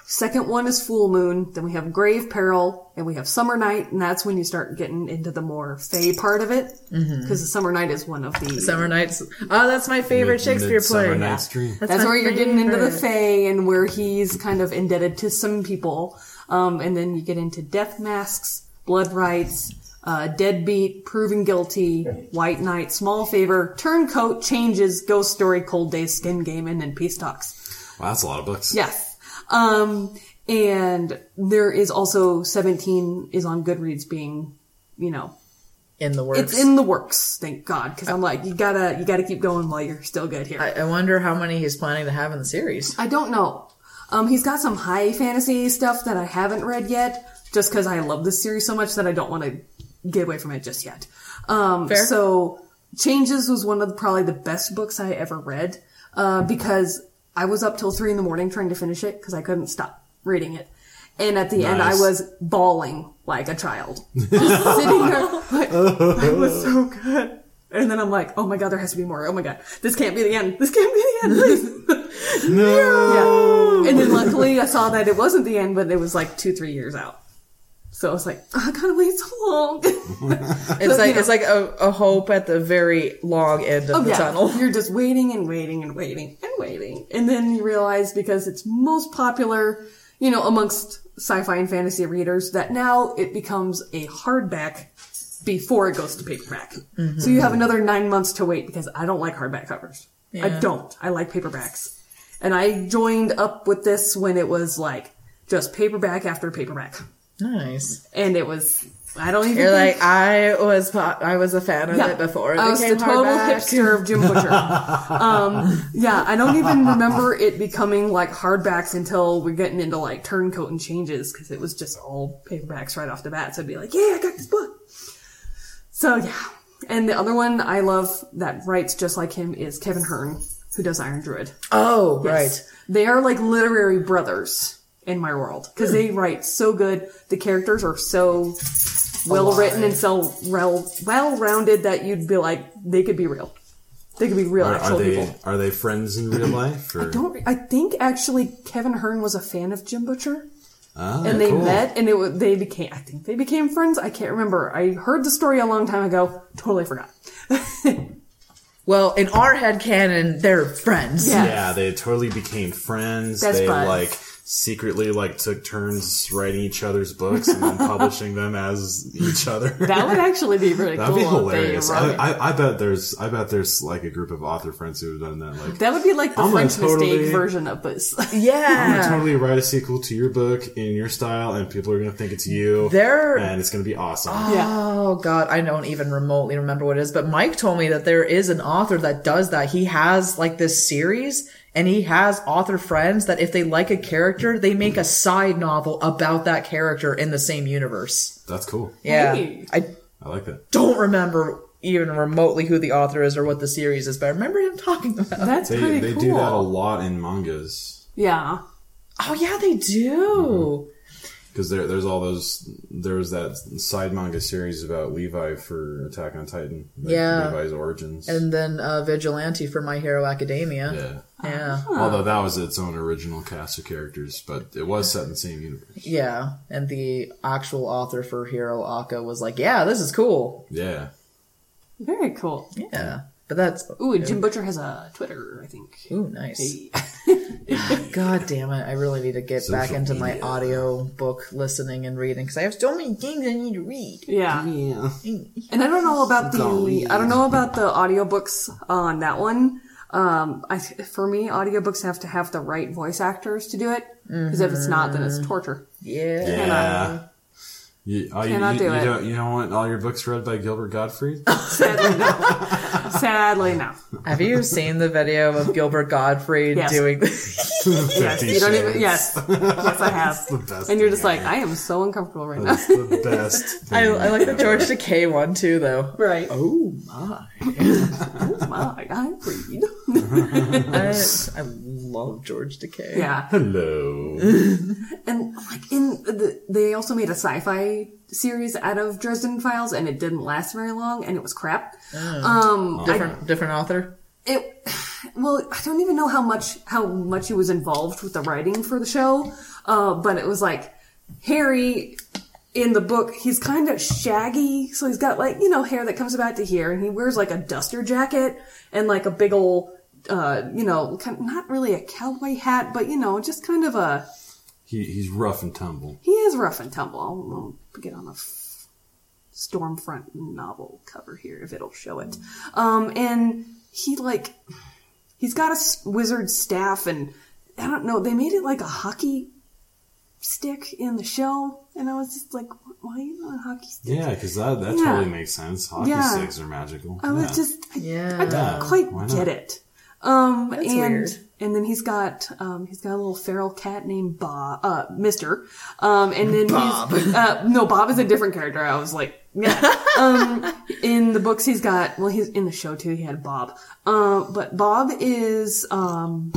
S1: Second one is Full Moon. Then we have Grave Peril, and we have Summer Night, and that's when you start getting into the more fey part of it. Because the Summer Night is one of the
S2: Summer Nights. Oh, that's my favorite Shakespeare
S3: Midsummer
S2: play.
S3: Night's Dream.
S1: That's
S2: my
S1: where you're getting into the
S2: favorite.
S1: Fae and where he's kind of indebted to some people. Um, and then you get into death masks, blood rites, uh, deadbeat, proven guilty, white knight, small favor, turncoat, changes, ghost story, cold days, skin game, and then peace talks.
S3: Wow, that's a lot of books.
S1: Yes. Um, and there is also 17 is on Goodreads being, you know,
S2: in the works.
S1: it's in the works. Thank God. Cause I'm like, you gotta, you gotta keep going while you're still good here.
S2: I I wonder how many he's planning to have in the series.
S1: I don't know. Um, he's got some high fantasy stuff that I haven't read yet, just because I love this series so much that I don't want to get away from it just yet. Um,
S2: Fair.
S1: so Changes was one of the, probably the best books I ever read, uh, because I was up till three in the morning trying to finish it because I couldn't stop reading it. And at the end, I
S3: Nice.
S1: was bawling like a child. Just sitting there, like, it was so good. And then I'm like, oh my god, there has to be more. Oh my god, this can't be the end. This can't be the end, please.
S3: No.
S1: Yeah. And then luckily I saw that it wasn't the end, but it was like two, three years out. So I was like, oh, I gotta wait so long.
S2: It's like
S1: yeah.
S2: it's like a, a hope at the very long end of
S1: oh,
S2: the
S1: yeah.
S2: tunnel.
S1: You're just waiting and waiting and waiting and waiting. And then you realize because it's most popular, you know, amongst sci-fi and fantasy readers that now it becomes a hardback before it goes to paperback.
S2: Mm-hmm.
S1: So you have another nine months to wait because I don't like hardback covers. I
S2: Yeah.
S1: don't. I like paperbacks. And I joined up with this when it was like just paperback after paperback.
S2: Nice.
S1: and it was I don't even
S2: You're
S1: think-
S2: like I was po- I was a fan of
S1: Yeah.
S2: it before. It
S1: I was the
S2: became
S1: total
S2: hardback.
S1: hipster of Jim Butcher. um, yeah, I don't even remember it becoming like hardbacks until we're getting into like turncoat and changes because it was just all paperbacks right off the bat. So I'd be like, yeah, I got this book. So yeah, and the other one I love that writes just like him is Kevin Hearn, who does Iron Druid.
S2: Oh, right.
S1: They are like literary brothers in my world because they write so good. The characters are so well written and so well well rounded that you'd be like they could be real. They could be real
S3: Are,
S1: actual
S3: are they
S1: people.
S3: are they friends in real life? Or?
S1: Don't I think actually Kevin Hearn was a fan of Jim Butcher
S3: Ah,
S1: and they
S3: cool.
S1: met and it wa- they became I think they became friends. I can't remember. I heard the story a long time ago. Totally forgot.
S2: Well, in our head canon, they're friends.
S1: Yeah.
S3: Yeah, they totally became friends.
S1: Best
S3: they
S1: buds.
S3: like secretly like took turns writing each other's books and then publishing them as each other.
S1: That would actually be really cool.
S3: That'd be
S1: if they
S3: hilarious.
S1: wrote
S3: I,
S1: it.
S3: I, I bet there's I bet there's like a group of author friends who have done that. Like,
S1: that would be like the
S3: I'm gonna
S1: French
S3: totally-
S1: mistake version of this.
S3: I'm gonna
S2: Yeah.
S3: totally write a sequel to your book in your style, and people are gonna think it's you.
S2: They're-
S3: and it's gonna be awesome.
S1: yeah.
S2: Oh god, I don't even remotely remember what it is, but Mike told me that there is an author that does that. He has like this series and he has author friends that if they like a character, they make a side novel about that character in the same universe.
S3: That's cool.
S2: Yeah.
S1: Hey.
S2: I
S3: I like that.
S2: don't remember even remotely who the author is or what the series is, but I remember him talking about.
S1: That's
S3: They
S1: pretty
S3: they
S1: cool.
S3: do that a lot in mangas
S1: Yeah.
S2: Oh yeah, they do.
S3: because there there's all those there was that side manga series about Levi for Attack on Titan. like
S2: Yeah.
S3: Levi's origins.
S2: And then uh, Vigilante for My Hero Academia.
S3: yeah,
S2: Yeah.
S3: Although that was its own original cast of characters, but it was set in the same universe.
S2: Yeah. And the actual author for Hero Aka was like, yeah, this is cool.
S3: Yeah.
S1: Very cool.
S2: Yeah. But that's.
S1: Ooh, and Jim Butcher has a Twitter, I think.
S2: Ooh, nice.
S1: Hey.
S2: God damn it. I really need to get back
S3: Social
S2: into my
S3: media.
S2: audio book listening and reading because I have so many things I need to read.
S1: Yeah.
S3: Yeah.
S1: And I don't know about the
S3: Golly.
S1: I don't know about the audiobooks on that one. Um, I for me, audiobooks have to have the right voice actors to do it because if it's not, then it's
S3: Mm-hmm.
S1: torture.
S2: Yeah.
S3: Yeah. You, all you,
S1: Cannot
S3: you,
S1: do
S3: you
S1: it.
S3: Don't, you don't want all your books read by Gilbert Gottfried?
S1: Sadly, no. Sadly, no.
S2: Have you seen the video of Gilbert Godfrey
S1: Yes.
S2: doing
S1: Yes, you don't even. Yes, yes, I have.
S3: the best
S1: and you're just
S3: thing Oh.
S1: like, I am so uncomfortable right now.
S3: That's the best.
S2: I,
S3: thing.
S2: I like the George Takei one too, though.
S1: right.
S2: Oh my!
S1: Oh my, I read.
S2: I, I love George Takei.
S1: Yeah,
S3: Hello.
S1: and like in the, they also made a sci-fi series out of Dresden Files, and it didn't last very long, and it was crap. Um, I
S2: different different author.
S1: it well i don't even know how much how much he was involved with the writing for the show uh, but it was like harry in the book he's kind of shaggy so he's got like you know hair that comes about to here and he wears like a duster jacket and like a big ol' uh, you know kind not really a cowboy hat but you know just kind of a
S3: He, he's rough and tumble.
S1: he is rough and tumble i'll, I'll get on a f- stormfront novel cover here if it'll show it um, and he like he's got a s- wizard staff and i don't know they made it like a hockey stick in the show and i was just like "Wh- why are you not a hockey stick
S3: Yeah, because that, that
S1: Yeah.
S3: totally makes sense. Hockey
S1: Yeah.
S3: sticks are magical.
S1: i was just i, I
S2: Yeah.
S1: don't
S3: Why
S1: quite
S3: not?
S1: get it um and
S2: weird.
S1: and then he's got um he's got a little feral cat named bob uh mister um and then bob. he's uh no bob is a different character i was like yeah Um, in the books he's got well he's in the show too he had bob uh, but bob is um,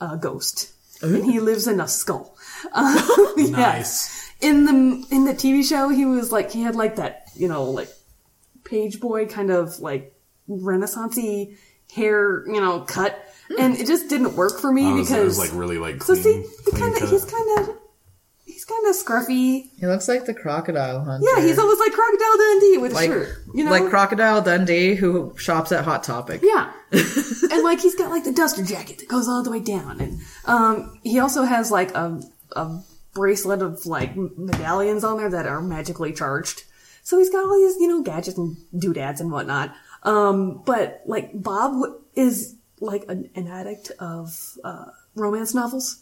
S1: a ghost and he lives in a skull Uh, yeah.
S3: Nice.
S1: in the in the tv show he was like he had like that you know like page boy kind of like renaissancey hair you know cut and it just didn't work for me
S3: I was, I
S1: because
S3: Oh, was like really like
S1: so
S3: clean.
S1: see he
S3: clean
S1: kind of
S3: cut.
S1: he's kind of he's kind of scruffy
S2: He looks like the crocodile hunter.
S1: yeah he's almost like crocodile dundee with
S2: like
S1: a shirt you know
S2: like crocodile Dundee who shops at Hot Topic.
S1: Yeah. and like he's got like the duster jacket that goes all the way down and um he also has like a a bracelet of like m- medallions on there that are magically charged. So he's got all these, you know, gadgets and doodads and whatnot. Um but like Bob w- is like an, an addict of uh romance novels.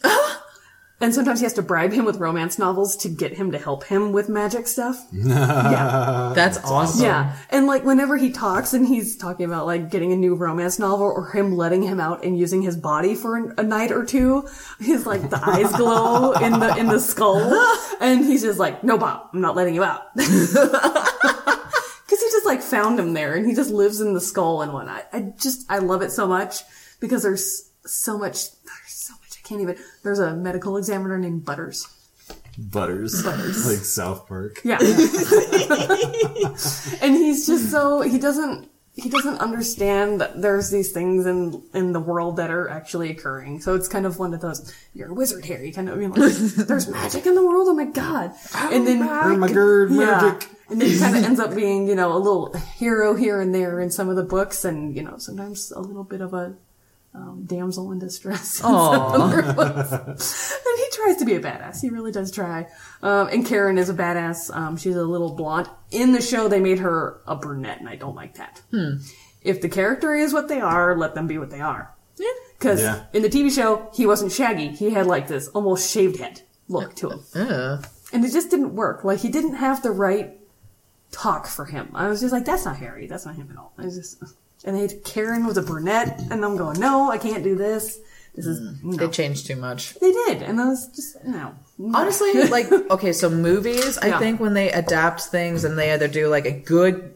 S1: And sometimes he has to bribe him with romance novels to get him to help him with magic stuff.
S2: That's awesome.
S1: Yeah. And like whenever he talks and he's talking about like getting a new romance novel or him letting him out and using his body for an- a night or two, his like the eyes glow in the in the skull and he's just like, "No, Bob, I'm not letting you out." Cuz he just like found him there and he just lives in the skull and whatnot. I just I love it so much because there's so much there's so much I can't even. There's a medical examiner named Butters.
S3: Butters. Butters. like South Park.
S1: Yeah. and he's just so he doesn't he doesn't understand that there's these things in in the world that are actually occurring. So it's kind of one of those you're a wizard, Harry, kind of you know, like, there's magic in the world. Oh my god! and then
S3: Oh my god, magic.
S1: and then he kind of ends up being, you know, a little hero here and there in some of the books, and you know, sometimes a little bit of a um, damsel in distress. in some other books. and he tries to be a badass. He really does try. Um, and Karen is a badass. Um, she's a little blonde. In the show, they made her a brunette, and I don't like that. If the character is what they are, let them be what they are. Because
S3: Yeah.
S1: in the TV show, he wasn't shaggy. He had like this almost shaved head look to him
S2: Yeah.
S1: and it just didn't work. Like he didn't have the right talk for him. I was just like, that's not Harry. That's not him at all. I was just, and they had Karen was a brunette, and I'm going, no, I can't do this. This is
S2: They
S1: no.
S2: changed too much.
S1: They did, and I was just no. No.
S2: Honestly, like okay, so movies, I
S1: Yeah.
S2: think when they adapt things and they either do like a good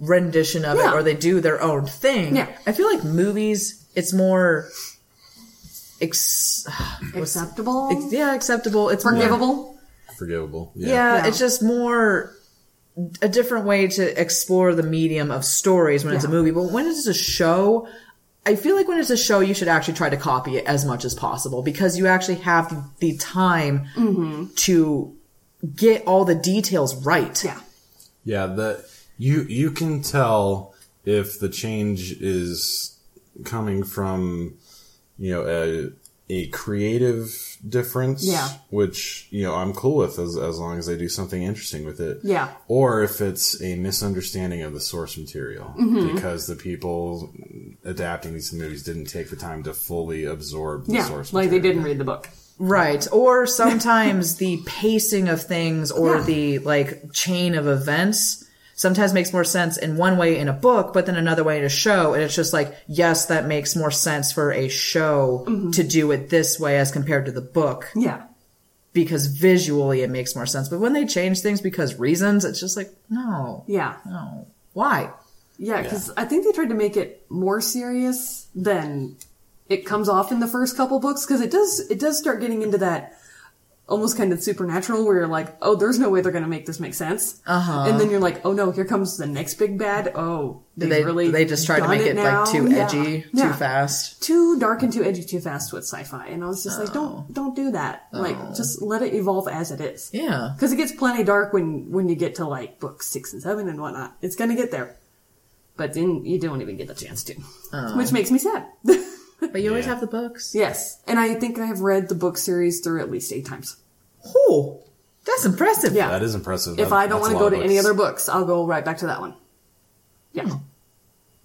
S2: rendition of
S1: Yeah.
S2: it or they do their own thing.
S1: Yeah.
S2: I feel like movies it's more ex- what's-
S1: acceptable,
S2: ex- yeah, acceptable. It's more-
S1: forgivable.
S3: Forgivable.
S2: yeah,
S1: Yeah.
S2: it's just more a different way to explore the medium of stories when it's a
S1: Yeah.
S2: movie. But when it's a show, I feel like when it's a show, you should actually try to copy it as much as possible because you actually have the, the time to get all the details right.
S1: Mm-hmm. Yeah.
S3: Yeah, that you you can tell if the change is coming from you know a a creative difference,
S1: Yeah.
S3: which you know I'm cool with as as long as they do something interesting with it,
S1: Yeah.
S3: or if it's a misunderstanding of the source material
S1: Mm-hmm.
S3: because the people adapting these movies didn't take the time to fully absorb the
S1: Yeah.
S3: source
S1: Like they
S3: material.
S1: didn't read the book.
S2: Right.
S1: Um,
S2: Or sometimes the pacing of things or
S1: Yeah.
S2: the like chain of events sometimes makes more sense in one way in a book, but then another way in a show. And it's just like, yes, that makes more sense for a show
S1: Mm-hmm.
S2: to do it this way as compared to the book
S1: Yeah.
S2: because visually it makes more sense. But when they change things because reasons, it's just like, no,
S1: Yeah.
S2: no. Why?
S1: Yeah, because I think they tried to make it more serious than it comes off in the first couple books. Because it does, it does start getting into that almost kind of supernatural, where you're like, oh, there's no way they're going to make this make sense. Uh-huh. And then you're like, oh no, here comes the next big bad. Oh, they,
S2: They
S1: really
S2: they just try to
S1: done
S2: make it,
S1: now?
S2: like too
S1: Yeah.
S2: edgy, too
S1: Yeah.
S2: fast.
S1: too dark and too edgy, too fast with sci-fi. And I was just like, don't, don't do that. Like, just let it evolve as it is.
S2: Yeah.
S1: Because it gets plenty dark when when you get to like books six and seven and whatnot. It's gonna get there, but then you don't even get the chance to, which makes me sad.
S2: But you always
S3: Yeah.
S2: have the books.
S1: yes, and I think I have read the book series through at least eight times.
S2: Oh, that's impressive.
S1: Yeah,
S3: That is impressive.
S1: if
S3: That-
S1: I don't
S3: that's
S1: want
S3: a
S1: to go
S3: lot
S1: to
S3: of
S1: any
S3: books. Hmm.
S1: other books, I'll go right back to that one. Yeah.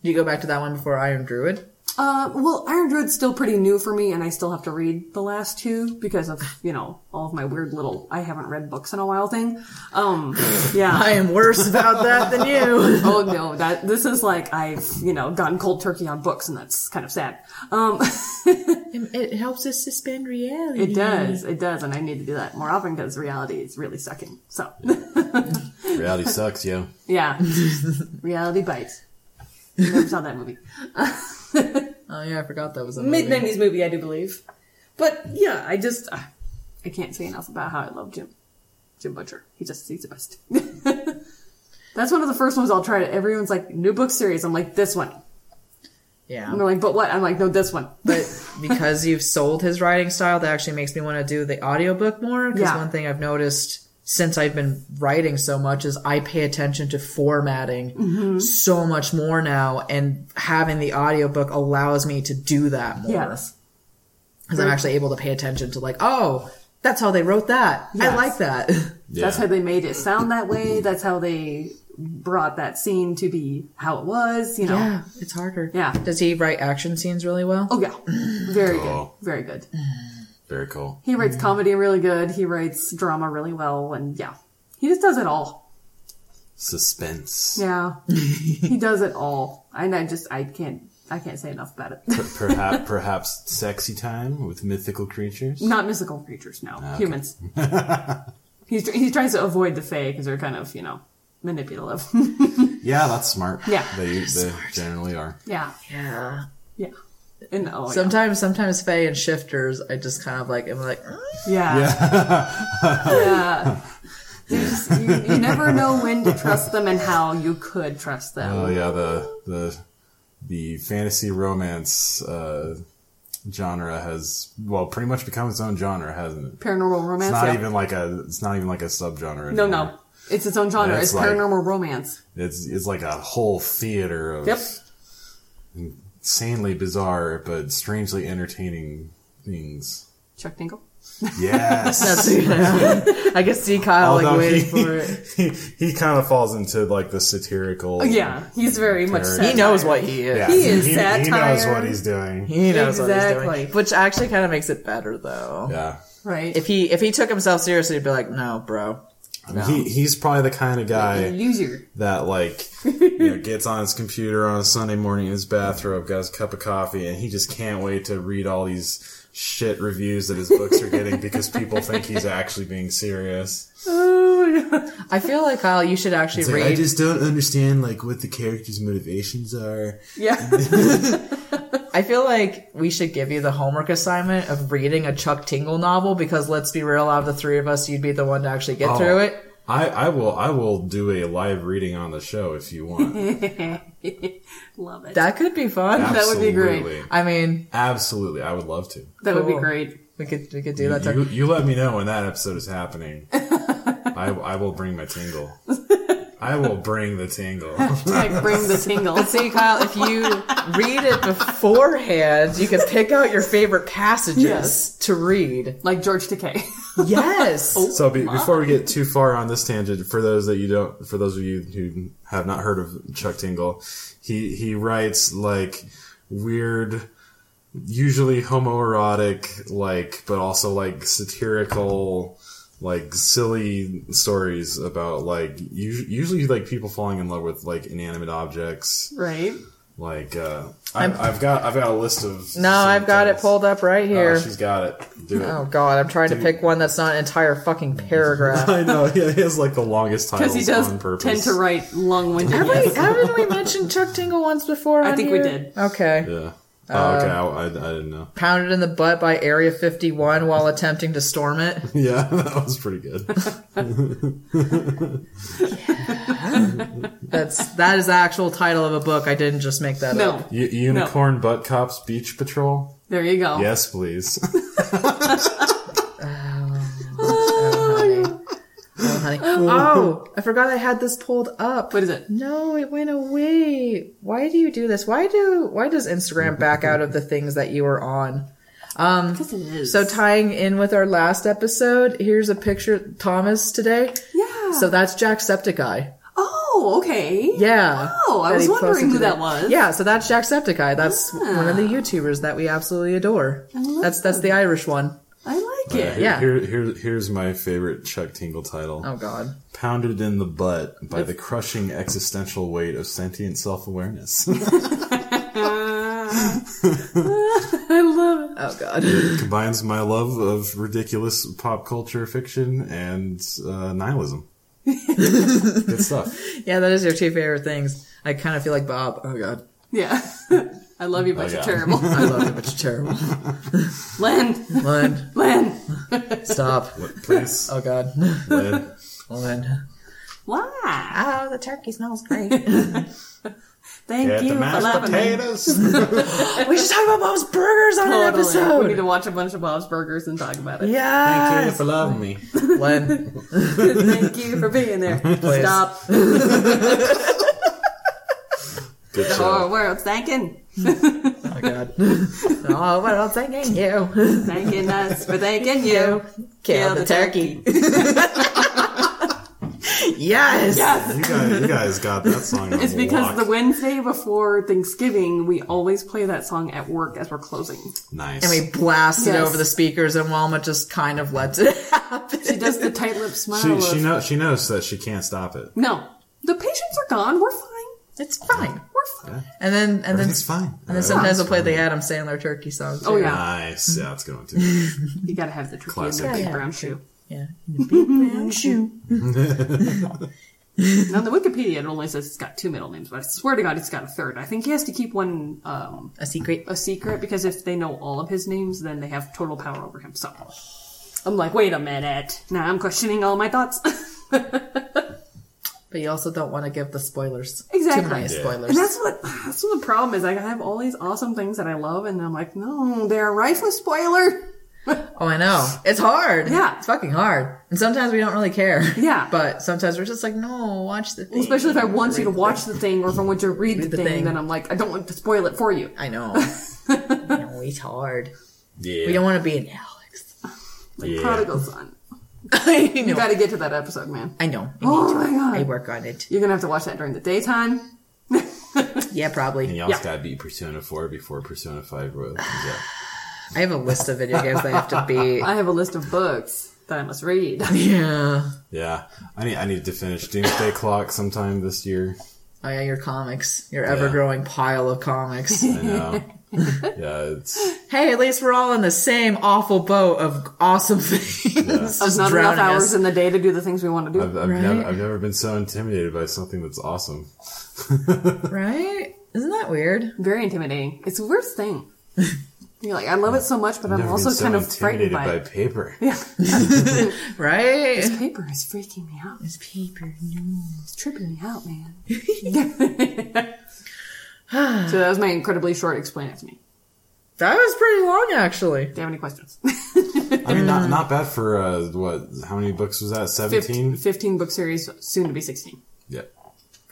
S2: You go back to that one before Iron Druid.
S1: Uh, well, Iron Druid's still pretty new for me, and I still have to read the last two because of you know all of my weird little I haven't read books in a while thing. Um, yeah.
S2: I am worse about that than you.
S1: oh no, that this is like I've you know gotten cold turkey on books, and that's kind of sad. Um,
S2: It helps us suspend reality.
S1: it does, it does, and I need to do that more often because reality is really sucking. So
S3: reality sucks, yo.
S1: yeah, reality bites. Never saw that movie.
S2: Oh yeah, I forgot that was a
S1: Mid
S2: movie.
S1: nineties movie, I do believe. But yeah, I just uh, I can't say enough about how I love Jim. Jim Butcher. He just he's the best. That's one of the first ones I'll try. To, everyone's like new book series. I'm like this one. And
S2: Yeah,
S1: they're like, but what? I'm like, no, this one.
S2: but because you've sold his writing style, that actually makes me want to do the audiobook more. Because
S1: Yeah.
S2: one thing I've noticed since I've been writing so much is I pay attention to formatting so much more now, and having the audiobook allows me to do that more.
S1: Yes.
S2: because I'm actually able to pay attention to like, oh, that's how they wrote that. I
S1: Yes.
S2: like that.
S1: That's
S3: Yeah.
S1: how they made it sound that way. That's how they brought that scene to be how it was, you know.
S2: Yeah, it's harder.
S1: Yeah.
S2: Does he write action scenes really well?
S1: Oh yeah. Very good.
S3: Cool.
S1: Very good.
S3: Very cool.
S1: He writes comedy really good. He writes drama really well and yeah. He just does it all.
S3: Suspense.
S1: Yeah. he does it all. And I just I can't I can't say enough about it.
S3: perhaps, perhaps sexy time with mythical creatures.
S1: Not mystical creatures, no. Humans. he's he tries to avoid the fae because they're kind of, you know, manipulative.
S3: Yeah, that's smart.
S1: Yeah.
S3: they, they generally are.
S1: yeah.
S2: Yeah.
S1: Yeah. And oh yeah.
S2: Sometimes, sometimes Faye and shifters, I just kind of like, I'm like, "Mm."
S1: Yeah. Yeah. They just- you, you never know when to trust them and how you could trust them.
S3: Oh yeah, the the the fantasy romance uh, genre has well pretty much become its own genre, hasn't it?
S1: Paranormal romance.
S3: It's not
S1: yeah.
S3: even like a it's not even like a subgenre.
S1: no,
S3: anymore.
S1: no. It's its own genre.
S3: That's
S1: It's
S3: like-
S1: paranormal romance.
S3: It's it's like a whole theater of
S1: Yep.
S3: insanely bizarre but strangely entertaining things.
S1: Chuck Dingle.
S3: Yes.
S2: that's, yeah. I guess see Kyle like
S3: Although
S2: waiting
S3: he,
S2: for it.
S3: he he kind of falls into like the satirical.
S1: Oh, Yeah, he's very much.
S3: He
S2: He
S1: satire.
S2: knows what he is.
S3: Yeah,
S1: He is
S3: he, he knows
S1: satire.
S3: what he's doing.
S2: He knows what he's
S1: Exactly.
S2: doing. Which actually kind of makes it better though.
S3: Yeah,
S1: right.
S2: If he, if he took himself seriously, he'd be like, no, bro.
S3: he he's probably the kind of guy
S1: loser.
S3: that like you know, gets on his computer on a Sunday morning in his bathrobe, got his cup of coffee, and he just can't wait to read all these shit reviews that his books are getting because people think he's actually being serious.
S2: I feel like Kyle, you should actually
S3: It's like, I
S2: read.
S3: just don't understand like what the character's motivations are.
S1: Yeah,
S2: I feel like we should give you the homework assignment of reading a Chuck Tingle novel because let's be real, out of the three of us, you'd be the one to actually get
S3: Oh.
S2: through it.
S3: I, I will I will do a live reading on the show if you want.
S1: Love it.
S2: That could be fun.
S1: Yeah. would be great.
S3: Absolutely.
S2: I mean,
S3: Absolutely, I would love to.
S1: that would be
S2: cool.
S1: great.
S2: we could we could do that.
S3: You,
S2: too.
S3: you let me know when that episode is happening. I, I will bring my tingle. I will bring the tingle.
S1: Like bring the tingle.
S2: See, Kyle, if you read it beforehand, you can pick out your favorite passages
S1: Yes.
S2: to read.
S1: Like George Takei.
S2: Yes.
S3: So be, before we get too far on this tangent, for those that you don't, for those of you who have not heard of Chuck Tingle, he he writes like weird, usually homoerotic, like but also like satirical, like silly stories about like us- usually like people falling in love with like inanimate objects,
S1: right?
S3: like uh, I, I've got I've got a list of
S2: No, I've got it
S3: symptoms.
S2: pulled up right
S3: Oh,
S2: here.
S3: she's got it. Do it.
S2: Oh god, I'm trying to pick one that's not an entire fucking paragraph.
S3: I know. Yeah, he has like the longest titles
S1: Because he does
S3: on purpose.
S1: tend to write long-winded.
S2: Have we, haven't we mentioned Chuck Tingle once before?
S1: I
S2: on
S1: think we
S2: here?
S1: did.
S2: Okay.
S3: Yeah. Oh, okay. I,
S2: Um,
S3: I, I didn't know.
S2: Pounded in the butt by Area 51 while attempting to storm it.
S3: Yeah, that was pretty good.
S2: That's that is the actual title of a book. I didn't just make that up.
S1: No,
S3: U- Unicorn Butt Cops Beach Patrol.
S1: there you go.
S3: Yes, please.
S2: Oh, honey. Oh, I forgot I had this pulled up.
S1: What is it?
S2: No, it went away. Why do you do this? Why do why does Instagram back out of the things that you were on?
S1: Yes, it is.
S2: So tying in with our last episode, here's a picture Thomas today.
S1: yeah.
S2: So that's Jacksepticeye.
S1: oh, okay.
S2: Yeah.
S1: Oh, I
S2: That
S1: was
S2: he posted
S1: wondering who
S2: today.
S1: that was.
S2: Yeah, so that's Jacksepticeye. That's one of the YouTubers that we absolutely adore. That's that's the Irish one.
S1: I like it.
S2: Yeah.
S3: Here, here, here's my favorite Chuck Tingle title.
S2: Oh god.
S3: Pounded in the butt by the crushing existential weight of sentient self-awareness,
S1: I love it.
S2: Oh god.
S3: combines my love of ridiculous pop culture fiction and uh, nihilism. Good stuff.
S2: yeah, that is your two favorite things. I kind of feel like Bob. Oh god.
S1: Yeah. I love you, but
S3: Oh,
S1: you're
S3: yeah.
S1: terrible.
S2: I love you, but you're terrible.
S1: Len,
S2: Len,
S1: Len.
S2: stop.
S3: Please,
S2: Oh god.
S3: Lynn.
S2: Len.
S1: Why?
S2: Oh, the turkey smells great.
S1: Thank
S3: Get
S1: you
S3: the
S1: for
S3: mashed
S1: loving me.
S3: potatoes.
S2: we should talk about Bob's burgers on an
S1: Totally.
S2: episode.
S1: We need to watch a bunch of Bob's Burgers and talk about it.
S3: Thank you
S2: yeah.
S3: for loving me.
S2: Len.
S1: Thank you for being there. Stop.
S3: Good
S1: Or
S3: show.
S1: world thanking.
S2: Oh god. oh, what else thanking you?
S1: Thanking us for thanking you.
S2: Kill the turkey. Yes.
S1: Yes.
S3: You guys, you guys got that song. on
S1: It's because
S3: lock.
S1: the Wednesday before Thanksgiving, we always play that song at work as we're closing.
S3: nice.
S2: And we blasted
S1: Yes.
S2: over the speakers, and Walma just kind of lets it happen.
S1: She does the tight lip smile.
S3: she
S1: of,
S3: she knows she knows that she can't stop it.
S1: no, the patients are gone. We're fine.
S2: It's fine.
S1: We're fine.
S2: And then, and then,
S3: It's fine. Uh,
S2: and then sometimes we'll play the Adam Sandler turkey song. Too.
S1: Oh yeah,
S3: Nice. Yeah, it's going to.
S1: you gotta have the turkey and the
S3: Classic.
S1: big
S2: Yeah.
S1: brown shoe.
S2: yeah. In a big brown shoe.
S1: On the Wikipedia, it only says it's got two middle names, but I swear to God, it's got a third. I think he has to keep one um,
S2: A secret.
S1: a secret because if they know all of his names, then they have total power over him. So I'm like, wait a minute. Now I'm questioning all my thoughts.
S2: But you also don't want to give the spoilers.
S1: Exactly.
S2: Too many
S1: Yeah.
S2: spoilers.
S1: and that's what that's what the problem is. Like, I have all these awesome things that I love, and I'm like, no, they're rife with spoiler.
S2: Oh, I know. It's hard.
S1: Yeah.
S2: It's fucking hard. And sometimes we don't really care.
S1: Yeah.
S2: But sometimes we're just like, no, watch the thing.
S1: Especially if I want you to watch the thing or if I want you to read, the,
S2: the
S1: thing,
S2: thing.
S1: then I'm like, I don't want to spoil it for you.
S2: I know. I know. It's hard.
S3: Yeah.
S2: We don't want to be an Alex.
S1: Like
S3: Yeah.
S1: prodigal son.
S2: I know.
S1: You gotta get to that episode, man.
S2: I know. I,
S1: Oh my
S2: I
S1: god.
S2: work on it.
S1: You're gonna have to watch that during the daytime.
S2: Yeah, probably.
S3: And you also
S1: Yeah.
S3: gotta beat Persona 4 before Persona 5 ro- comes out.
S2: I have a list of video games that I have to beat.
S1: I have a list of books that I must read.
S2: yeah.
S3: Yeah. I need I need to finish Doomsday Clock sometime this year.
S2: Oh yeah, your comics. Your ever growing pile of comics.
S3: I know. yeah, it's
S2: hey, at least we're all in the same awful boat of awesome things. It's
S1: There's
S2: just
S1: not enough
S2: drowning
S1: hours
S2: us.
S1: in the day to do the things we want to do.
S3: I've, I've, never, I've never been so intimidated by something that's awesome.
S2: right? Isn't that weird?
S1: Very intimidating. It's the worst thing. You're like, I love it so much, but I'm
S3: Never
S1: also
S3: been so
S1: kind of frightened
S3: intimidated
S1: by,
S3: by
S1: it.
S3: paper.
S1: Yeah,
S2: right?
S1: this paper is freaking me out. It's
S2: paper.
S1: it's tripping me out, man. so that was my incredibly short explain it to me.
S2: That was pretty long, actually.
S1: Do you have any questions?
S3: I mean, not not bad for uh, what? How many books was that? Seventeen.
S1: 15, 15 book series, soon to be 16.
S3: Yeah.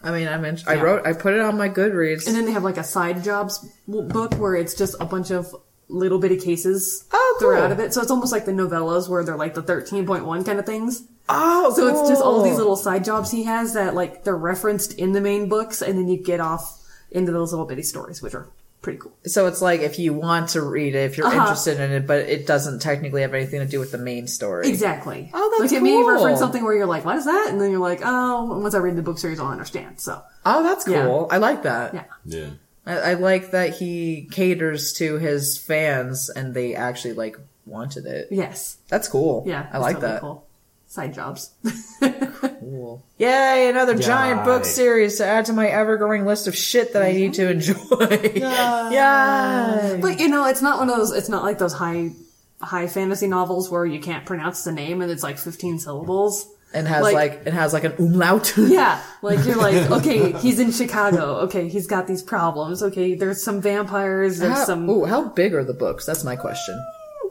S2: I mean, I mentioned, I
S1: Yeah.
S2: wrote, I put it on my Goodreads.
S1: And then they have like a side jobs w- book where it's just a bunch of little bitty cases
S2: Oh, cool.
S1: throughout of it. So it's almost like the novellas where they're like the 13.1 kind of things.
S2: oh,
S1: So it's just all these
S2: cool.
S1: little side jobs he has that like they're referenced in the main books and then you get off into those little bitty stories, which are pretty cool.
S2: So it's like if you want to read it, if you're
S1: Uh-huh.
S2: interested in it, but it doesn't technically have anything to do with the main story.
S1: Exactly.
S2: Oh, that's
S1: Like it may
S2: cool.
S1: reference something where you're like, what is that? And then you're like, oh, and once I read the book series, I'll understand. So
S2: Oh, that's cool.
S1: Yeah.
S2: I like that.
S1: yeah.
S3: Yeah.
S2: I, I like that he caters to his fans and they actually like wanted it.
S1: Yes.
S2: That's cool.
S1: Yeah.
S2: I like
S1: totally
S2: that.
S1: Cool. Side jobs.
S2: Cool. Yay, another giant book
S3: Yay.
S2: series to add to my ever growing list of shit that I need to enjoy. Yeah.
S1: But you know, it's not one of those. It's not like those high high fantasy novels where you can't pronounce the name and it's like fifteen syllables.
S2: And has like,
S1: Like-
S2: it has like an umlaut.
S1: Yeah, like you're like, okay, he's in Chicago. Okay, he's got these problems. Okay, there's some vampires. There's
S2: How,
S1: some.
S2: ooh, how big are the books? That's my question.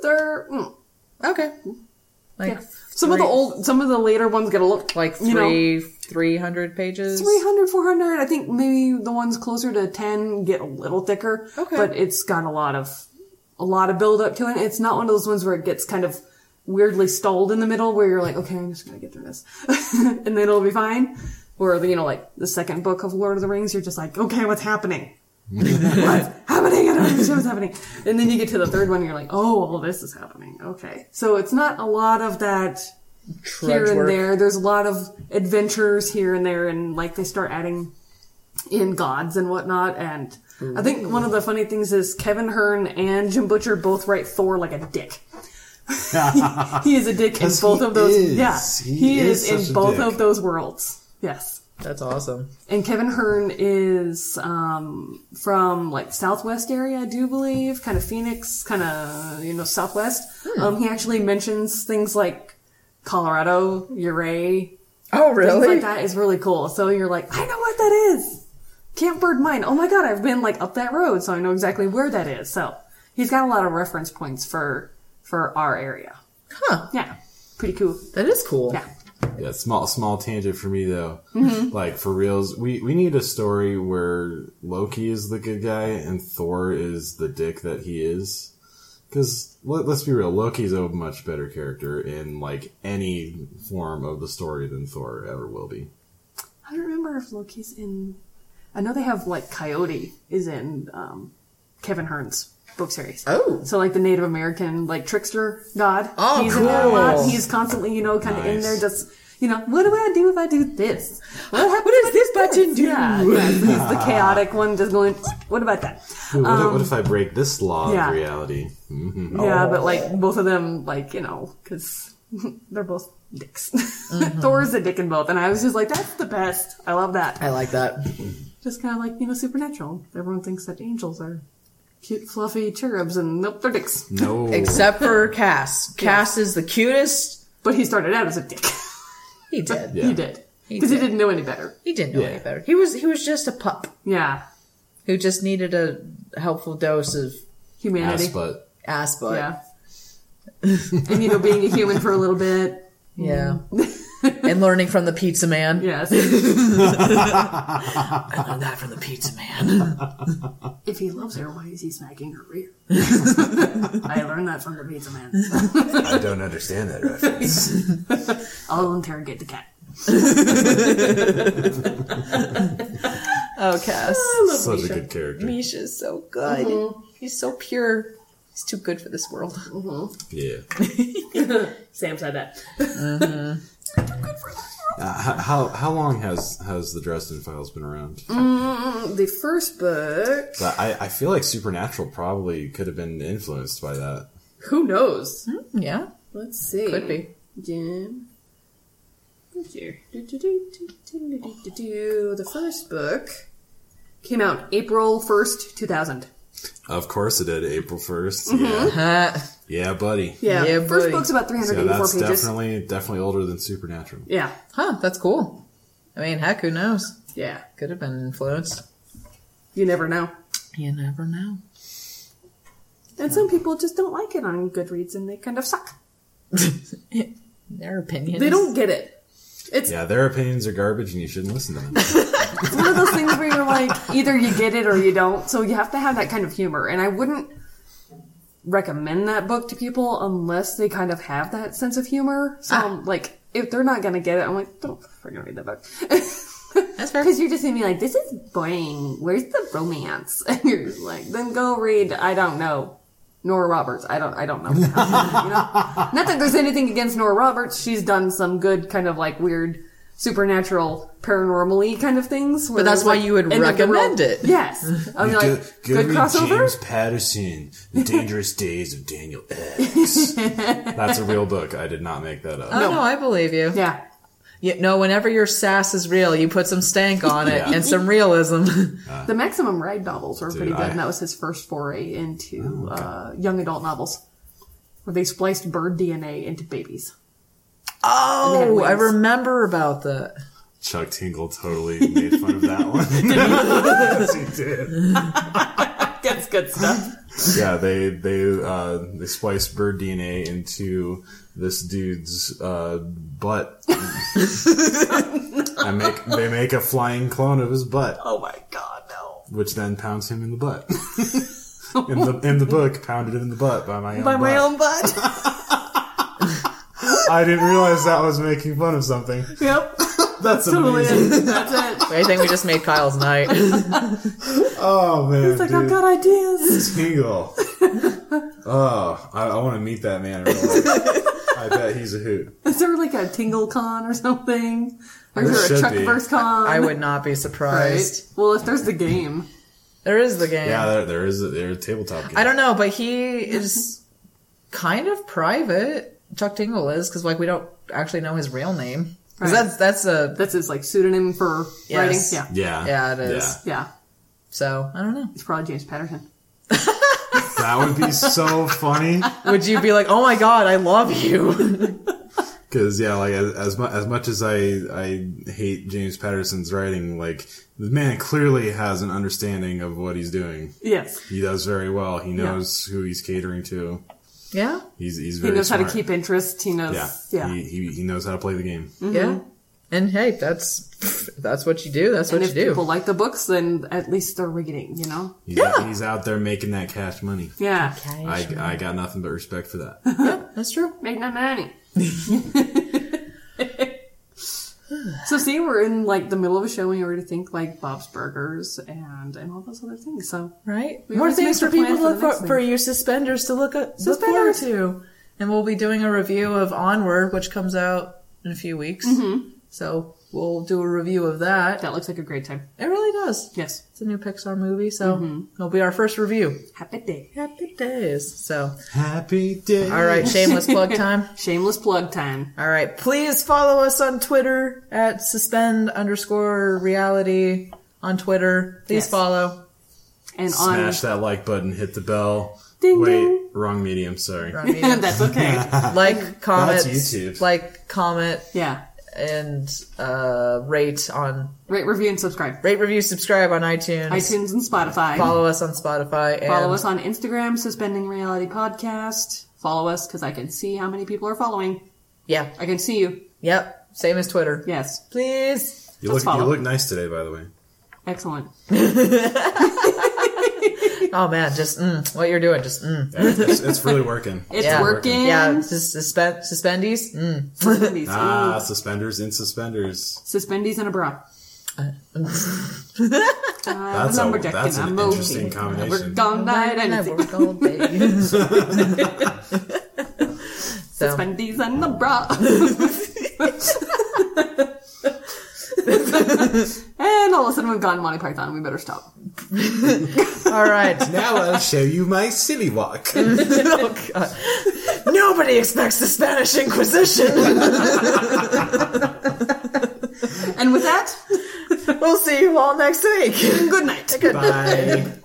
S1: There. Mm,
S2: Okay. Like
S1: yeah. Some of the
S2: three-
S1: old, some of the later ones get a look
S2: like
S1: you know,
S2: three three hundred pages.
S1: 300, 400. I think maybe the ones closer to 10 get a little thicker.
S2: Okay.
S1: But it's got a lot of, a lot of build up to it. It's not one of those ones where it gets kind of weirdly stalled in the middle where you're like, okay, I'm just going to get through this. and then it'll be fine. Or, you know, like the second book of Lord of the Rings, you're just like, okay, what's happening? what's happening? I don't understand what's happening. And then you get to the third one and you're like, oh, all this is happening. Okay. So it's not a lot of that
S2: Trudge
S1: here and
S2: work.
S1: there. There's a lot of adventures here and there, and like they start adding in gods and whatnot. And I think one of the funny things is Kevin Hearn and Jim Butcher both write Thor like a dick. he is a dick in
S3: 'Cause
S1: both
S3: he
S1: of those.
S3: is.
S1: Yeah,
S3: He
S1: he,
S3: is
S1: is,
S3: such a
S1: in both
S3: dick.
S1: of those worlds. Yes.
S2: That's awesome.
S1: And Kevin Hearn is um, from like Southwest area, I do believe, kind of Phoenix, kind of you know Southwest.
S2: Hmm.
S1: Um, he actually mentions things like Colorado, Uray,
S2: Oh
S1: things
S2: really?
S1: like that is really cool. So you're like, I know what that is. Camp Bird Mine. Oh my god, I've been like up that road, so I know exactly where that is. So he's got a lot of reference points for for our area.
S2: Huh.
S1: Yeah, pretty cool.
S2: That is cool.
S1: Yeah.
S3: Yeah, small small tangent for me though.
S1: Mm-hmm.
S3: Like for reals, we we need a story where Loki is the good guy and Thor is the dick that he is. Because let, us be real, Loki's a much better character in like any form of the story than Thor ever will be.
S1: I don't remember if Loki's in. I know they have like Coyote is in um, Kevin Hearn's book series.
S2: Oh.
S1: so like the Native American like trickster god.
S2: Oh,
S1: he's in that a
S2: cool.
S1: lot. He's constantly you know kind of in
S3: Nice.
S1: there just. You know, what do I do if I do this? What, happens
S2: does
S1: if I
S2: this button do?
S1: Yeah, yeah, he's the chaotic one, just going. What about that?
S3: Dude, what, if, what if I break this law
S1: Um, yeah.
S3: of reality? hmm
S2: Oh.
S1: Yeah, but like both of them, like you know, because they're both dicks.
S2: Mm-hmm.
S1: Thor's a dick in both, and I was just like, that's the best. I love that.
S2: I like that.
S1: just kind of like you know supernatural. Everyone thinks that angels are cute, fluffy cherubs, and nope, they're dicks.
S3: No,
S2: Except for Cass. Cass is the cutest.
S1: But he started out as a dick.
S2: He did.
S3: Yeah.
S1: he did because he
S2: did.
S1: didn't know any better.
S2: He didn't know
S3: Yeah.
S2: any better. He was he was just a pup
S1: Yeah,
S2: who just needed a helpful dose of
S1: humanity.
S3: ass butt.
S2: ass butt.
S1: Yeah, and you know, being a human for a little bit.
S2: Yeah. and learning from the pizza man.
S1: Yes,
S2: I learned that from the pizza man.
S1: if he loves her, why is he smacking her rear? I learned that from the pizza man.
S3: I don't understand that reference.
S1: I'll interrogate the cat.
S2: oh, Cass.
S3: Such a good character.
S2: Misha's so good.
S3: Mm-hmm.
S2: He's so pure. He's too good for this world.
S3: Yeah.
S1: Sam said that.
S3: Uh, h- how how long has has the Dresden Files been around?
S1: Mm. The first book.
S3: But I, I feel like Supernatural probably could have been influenced by that.
S1: Who knows?
S2: Yeah,
S1: Let's see.
S2: Hmm? could be.
S1: Jim. The first book came out April 1st, 2000.
S3: Of course it did. April 1st. Yeah.
S2: Huh.
S3: yeah, buddy.
S1: Mm-hmm. Yeah.
S2: Yeah,
S1: First
S2: buddy.
S1: book's about
S3: So
S1: 384
S3: that's
S1: pages.
S3: definitely definitely older than Supernatural.
S1: Yeah.
S2: huh, that's cool. I mean, heck, who knows?
S1: Yeah.
S2: Could have been influenced.
S1: You never know.
S2: You never know.
S1: And some people just don't like it on Goodreads and they kind of suck.
S2: Their opinions.
S1: They don't get it. It's
S3: Yeah, their opinions are garbage and you shouldn't listen to them.
S1: one of those things where you're like, either you get it or you don't. So you have to have that kind of humor. And I wouldn't recommend that book to people unless they kind of have that sense of humor. So
S2: Ah.
S1: I'm like, if they're not gonna get it, I'm like, don't freaking read that book.
S2: That's fair.
S1: Because you're just gonna be like, this is boring. Where's the romance? And you're just like, then go read. I don't know. Nora Roberts. I don't. I don't know. You know? Not that there's anything against Nora Roberts. She's done some good kind of like weird supernatural, paranormally kind of things. where
S2: But that's
S1: it's
S2: why
S1: like
S2: you would
S1: end of the
S2: recommend
S1: world.
S2: it.
S1: Yes. I'm like, good crossover.
S3: James Patterson, The Dangerous Days of Daniel X. That's a real book. I did not make that up.
S2: Oh, no, I believe you.
S1: Yeah.
S2: You know, whenever your sass is real, you put some stank on it
S3: Yeah.
S2: and some realism.
S1: The Maximum Ride novels were pretty
S3: Uh, Dude,
S1: good,
S3: I- Oh,
S1: and that was his first foray into uh, young adult novels, where they spliced bird DNA into babies.
S2: oh, I
S1: wings.
S2: remember about that.
S3: Chuck Tingle totally made fun of that one. Yes, he did.
S1: That's good stuff.
S3: Yeah, they they uh, they spliced bird DNA into this dude's uh, butt. I make they make a flying clone of his butt,
S1: oh my god, no.
S3: which then pounds him in the butt. in the in the book, pounded in the butt by my own.
S1: By my
S3: butt.
S1: own butt.
S3: I didn't realize that was making fun of something.
S1: yep.
S3: That's
S1: Totally
S3: amazing.
S1: is. That's it.
S2: I think we just made Kyle's night.
S3: Oh man,
S1: It's like,
S3: dude.
S1: I've got ideas.
S3: Tingle. oh, I, I want to meet that man. In real life. I bet he's a hoot.
S1: Is there like a Tingle Con or something? Or
S3: There
S1: is there a
S3: should
S1: Chuck
S3: be.
S1: Verse Con?
S2: I would not be
S1: Right?
S2: surprised.
S1: Well, if there's the game.
S2: There is the game.
S3: Yeah, there, there is a, there is a tabletop game.
S2: I don't know, but he is kind of private. Chuck Tingle is because like we don't actually know his real name. 'Cause
S1: Right.
S2: That's that's a
S1: That's his like pseudonym for
S2: Yes.
S1: writing. Yeah.
S3: Yeah,
S2: Yeah, it is.
S1: Yeah.
S2: so I don't know.
S1: It's probably James Patterson.
S3: Yeah. That would be so funny.
S2: Would you be like, oh my god, I love you?
S3: Because yeah, like as as, mu- as much as I I hate James Patterson's writing, like the man clearly has an understanding of what he's doing.
S1: Yes.
S3: He does very well. He knows who he's catering to.
S2: yeah,
S3: He's he's
S1: He
S3: very
S1: knows how
S3: smart.
S1: to keep interest. He knows.
S3: Yeah,
S1: Yeah.
S3: He, he he knows how to play the game.
S1: Mm-hmm.
S2: yeah. And hey, that's that's what you do. That's what
S1: and
S2: you
S1: if
S2: do.
S1: people like the books, then at least they're reading, you know?
S3: He's, he's out there making that cash money.
S1: Yeah.
S3: I, I got nothing but respect for that.
S2: that's true.
S1: Make no money. so see, we're in like the middle of a show and you already think like Bob's Burgers and and all those other things. So
S2: Right?
S1: We
S2: More
S1: always
S2: things
S1: make
S2: for
S1: a plan
S2: people to
S1: for the
S2: look for,
S1: next thing.
S2: for you suspenders to look, up, look forward
S1: Suspenders.
S2: to. And we'll be doing a review of Onward, which comes out in a few weeks.
S1: Mm-hmm.
S2: So we'll do a review of that.
S1: that looks like a great time.
S2: It really does.
S1: Yes.
S2: It's a new Pixar movie, so it'll be our first review.
S1: Happy day.
S2: Happy days. So,
S3: Happy day.
S2: all right, shameless plug time.
S1: Shameless plug time.
S2: All right, please follow us on Twitter at suspend underscore reality on Twitter. Please
S1: Yes.
S2: follow.
S1: And
S3: Smash that like button, hit the bell.
S1: Ding,
S3: Wait,
S1: ding.
S3: wrong medium, sorry.
S2: Our
S1: on
S2: media.
S1: that's okay.
S2: like, comment,
S3: YouTube.
S2: like, comment,
S1: yeah.
S2: and uh, rate on
S1: Rate, review, and subscribe.
S2: rate, review, subscribe on iTunes.
S1: iTunes and Spotify.
S2: Follow us on Spotify. And
S1: Follow us on Instagram, Suspending Reality Podcast. Follow us because I can see how many people are following.
S2: Yeah.
S1: I can see you.
S2: Yep. Same as Twitter.
S1: Yes.
S2: Please.
S3: You look,
S1: Let's
S3: you
S1: follow.
S3: look nice today, by the way.
S1: Excellent.
S2: Oh man, just mm, what you're doing. Just mm.
S3: Yeah, it's, it's really working.
S1: It's
S2: Yeah.
S1: working.
S2: yeah. Just suspend suspendies. Mm.
S1: Suspendies.
S3: Ah, suspenders in suspenders.
S1: Suspendies and a bra. Uh,
S3: That's, a,
S1: lumberjack
S3: that's
S1: and
S3: an
S1: a monkey.
S3: interesting combination.
S1: Don't night
S2: I
S1: and
S2: work all day. so
S1: suspendies and the bra. and all of a sudden we've gone Monty Python. We better stop.
S2: all right.
S3: Now I'll show you my silly walk.
S2: Oh, God. Nobody expects the Spanish Inquisition.
S1: And with that,
S2: we'll see you all next week.
S1: good night.
S3: Bye.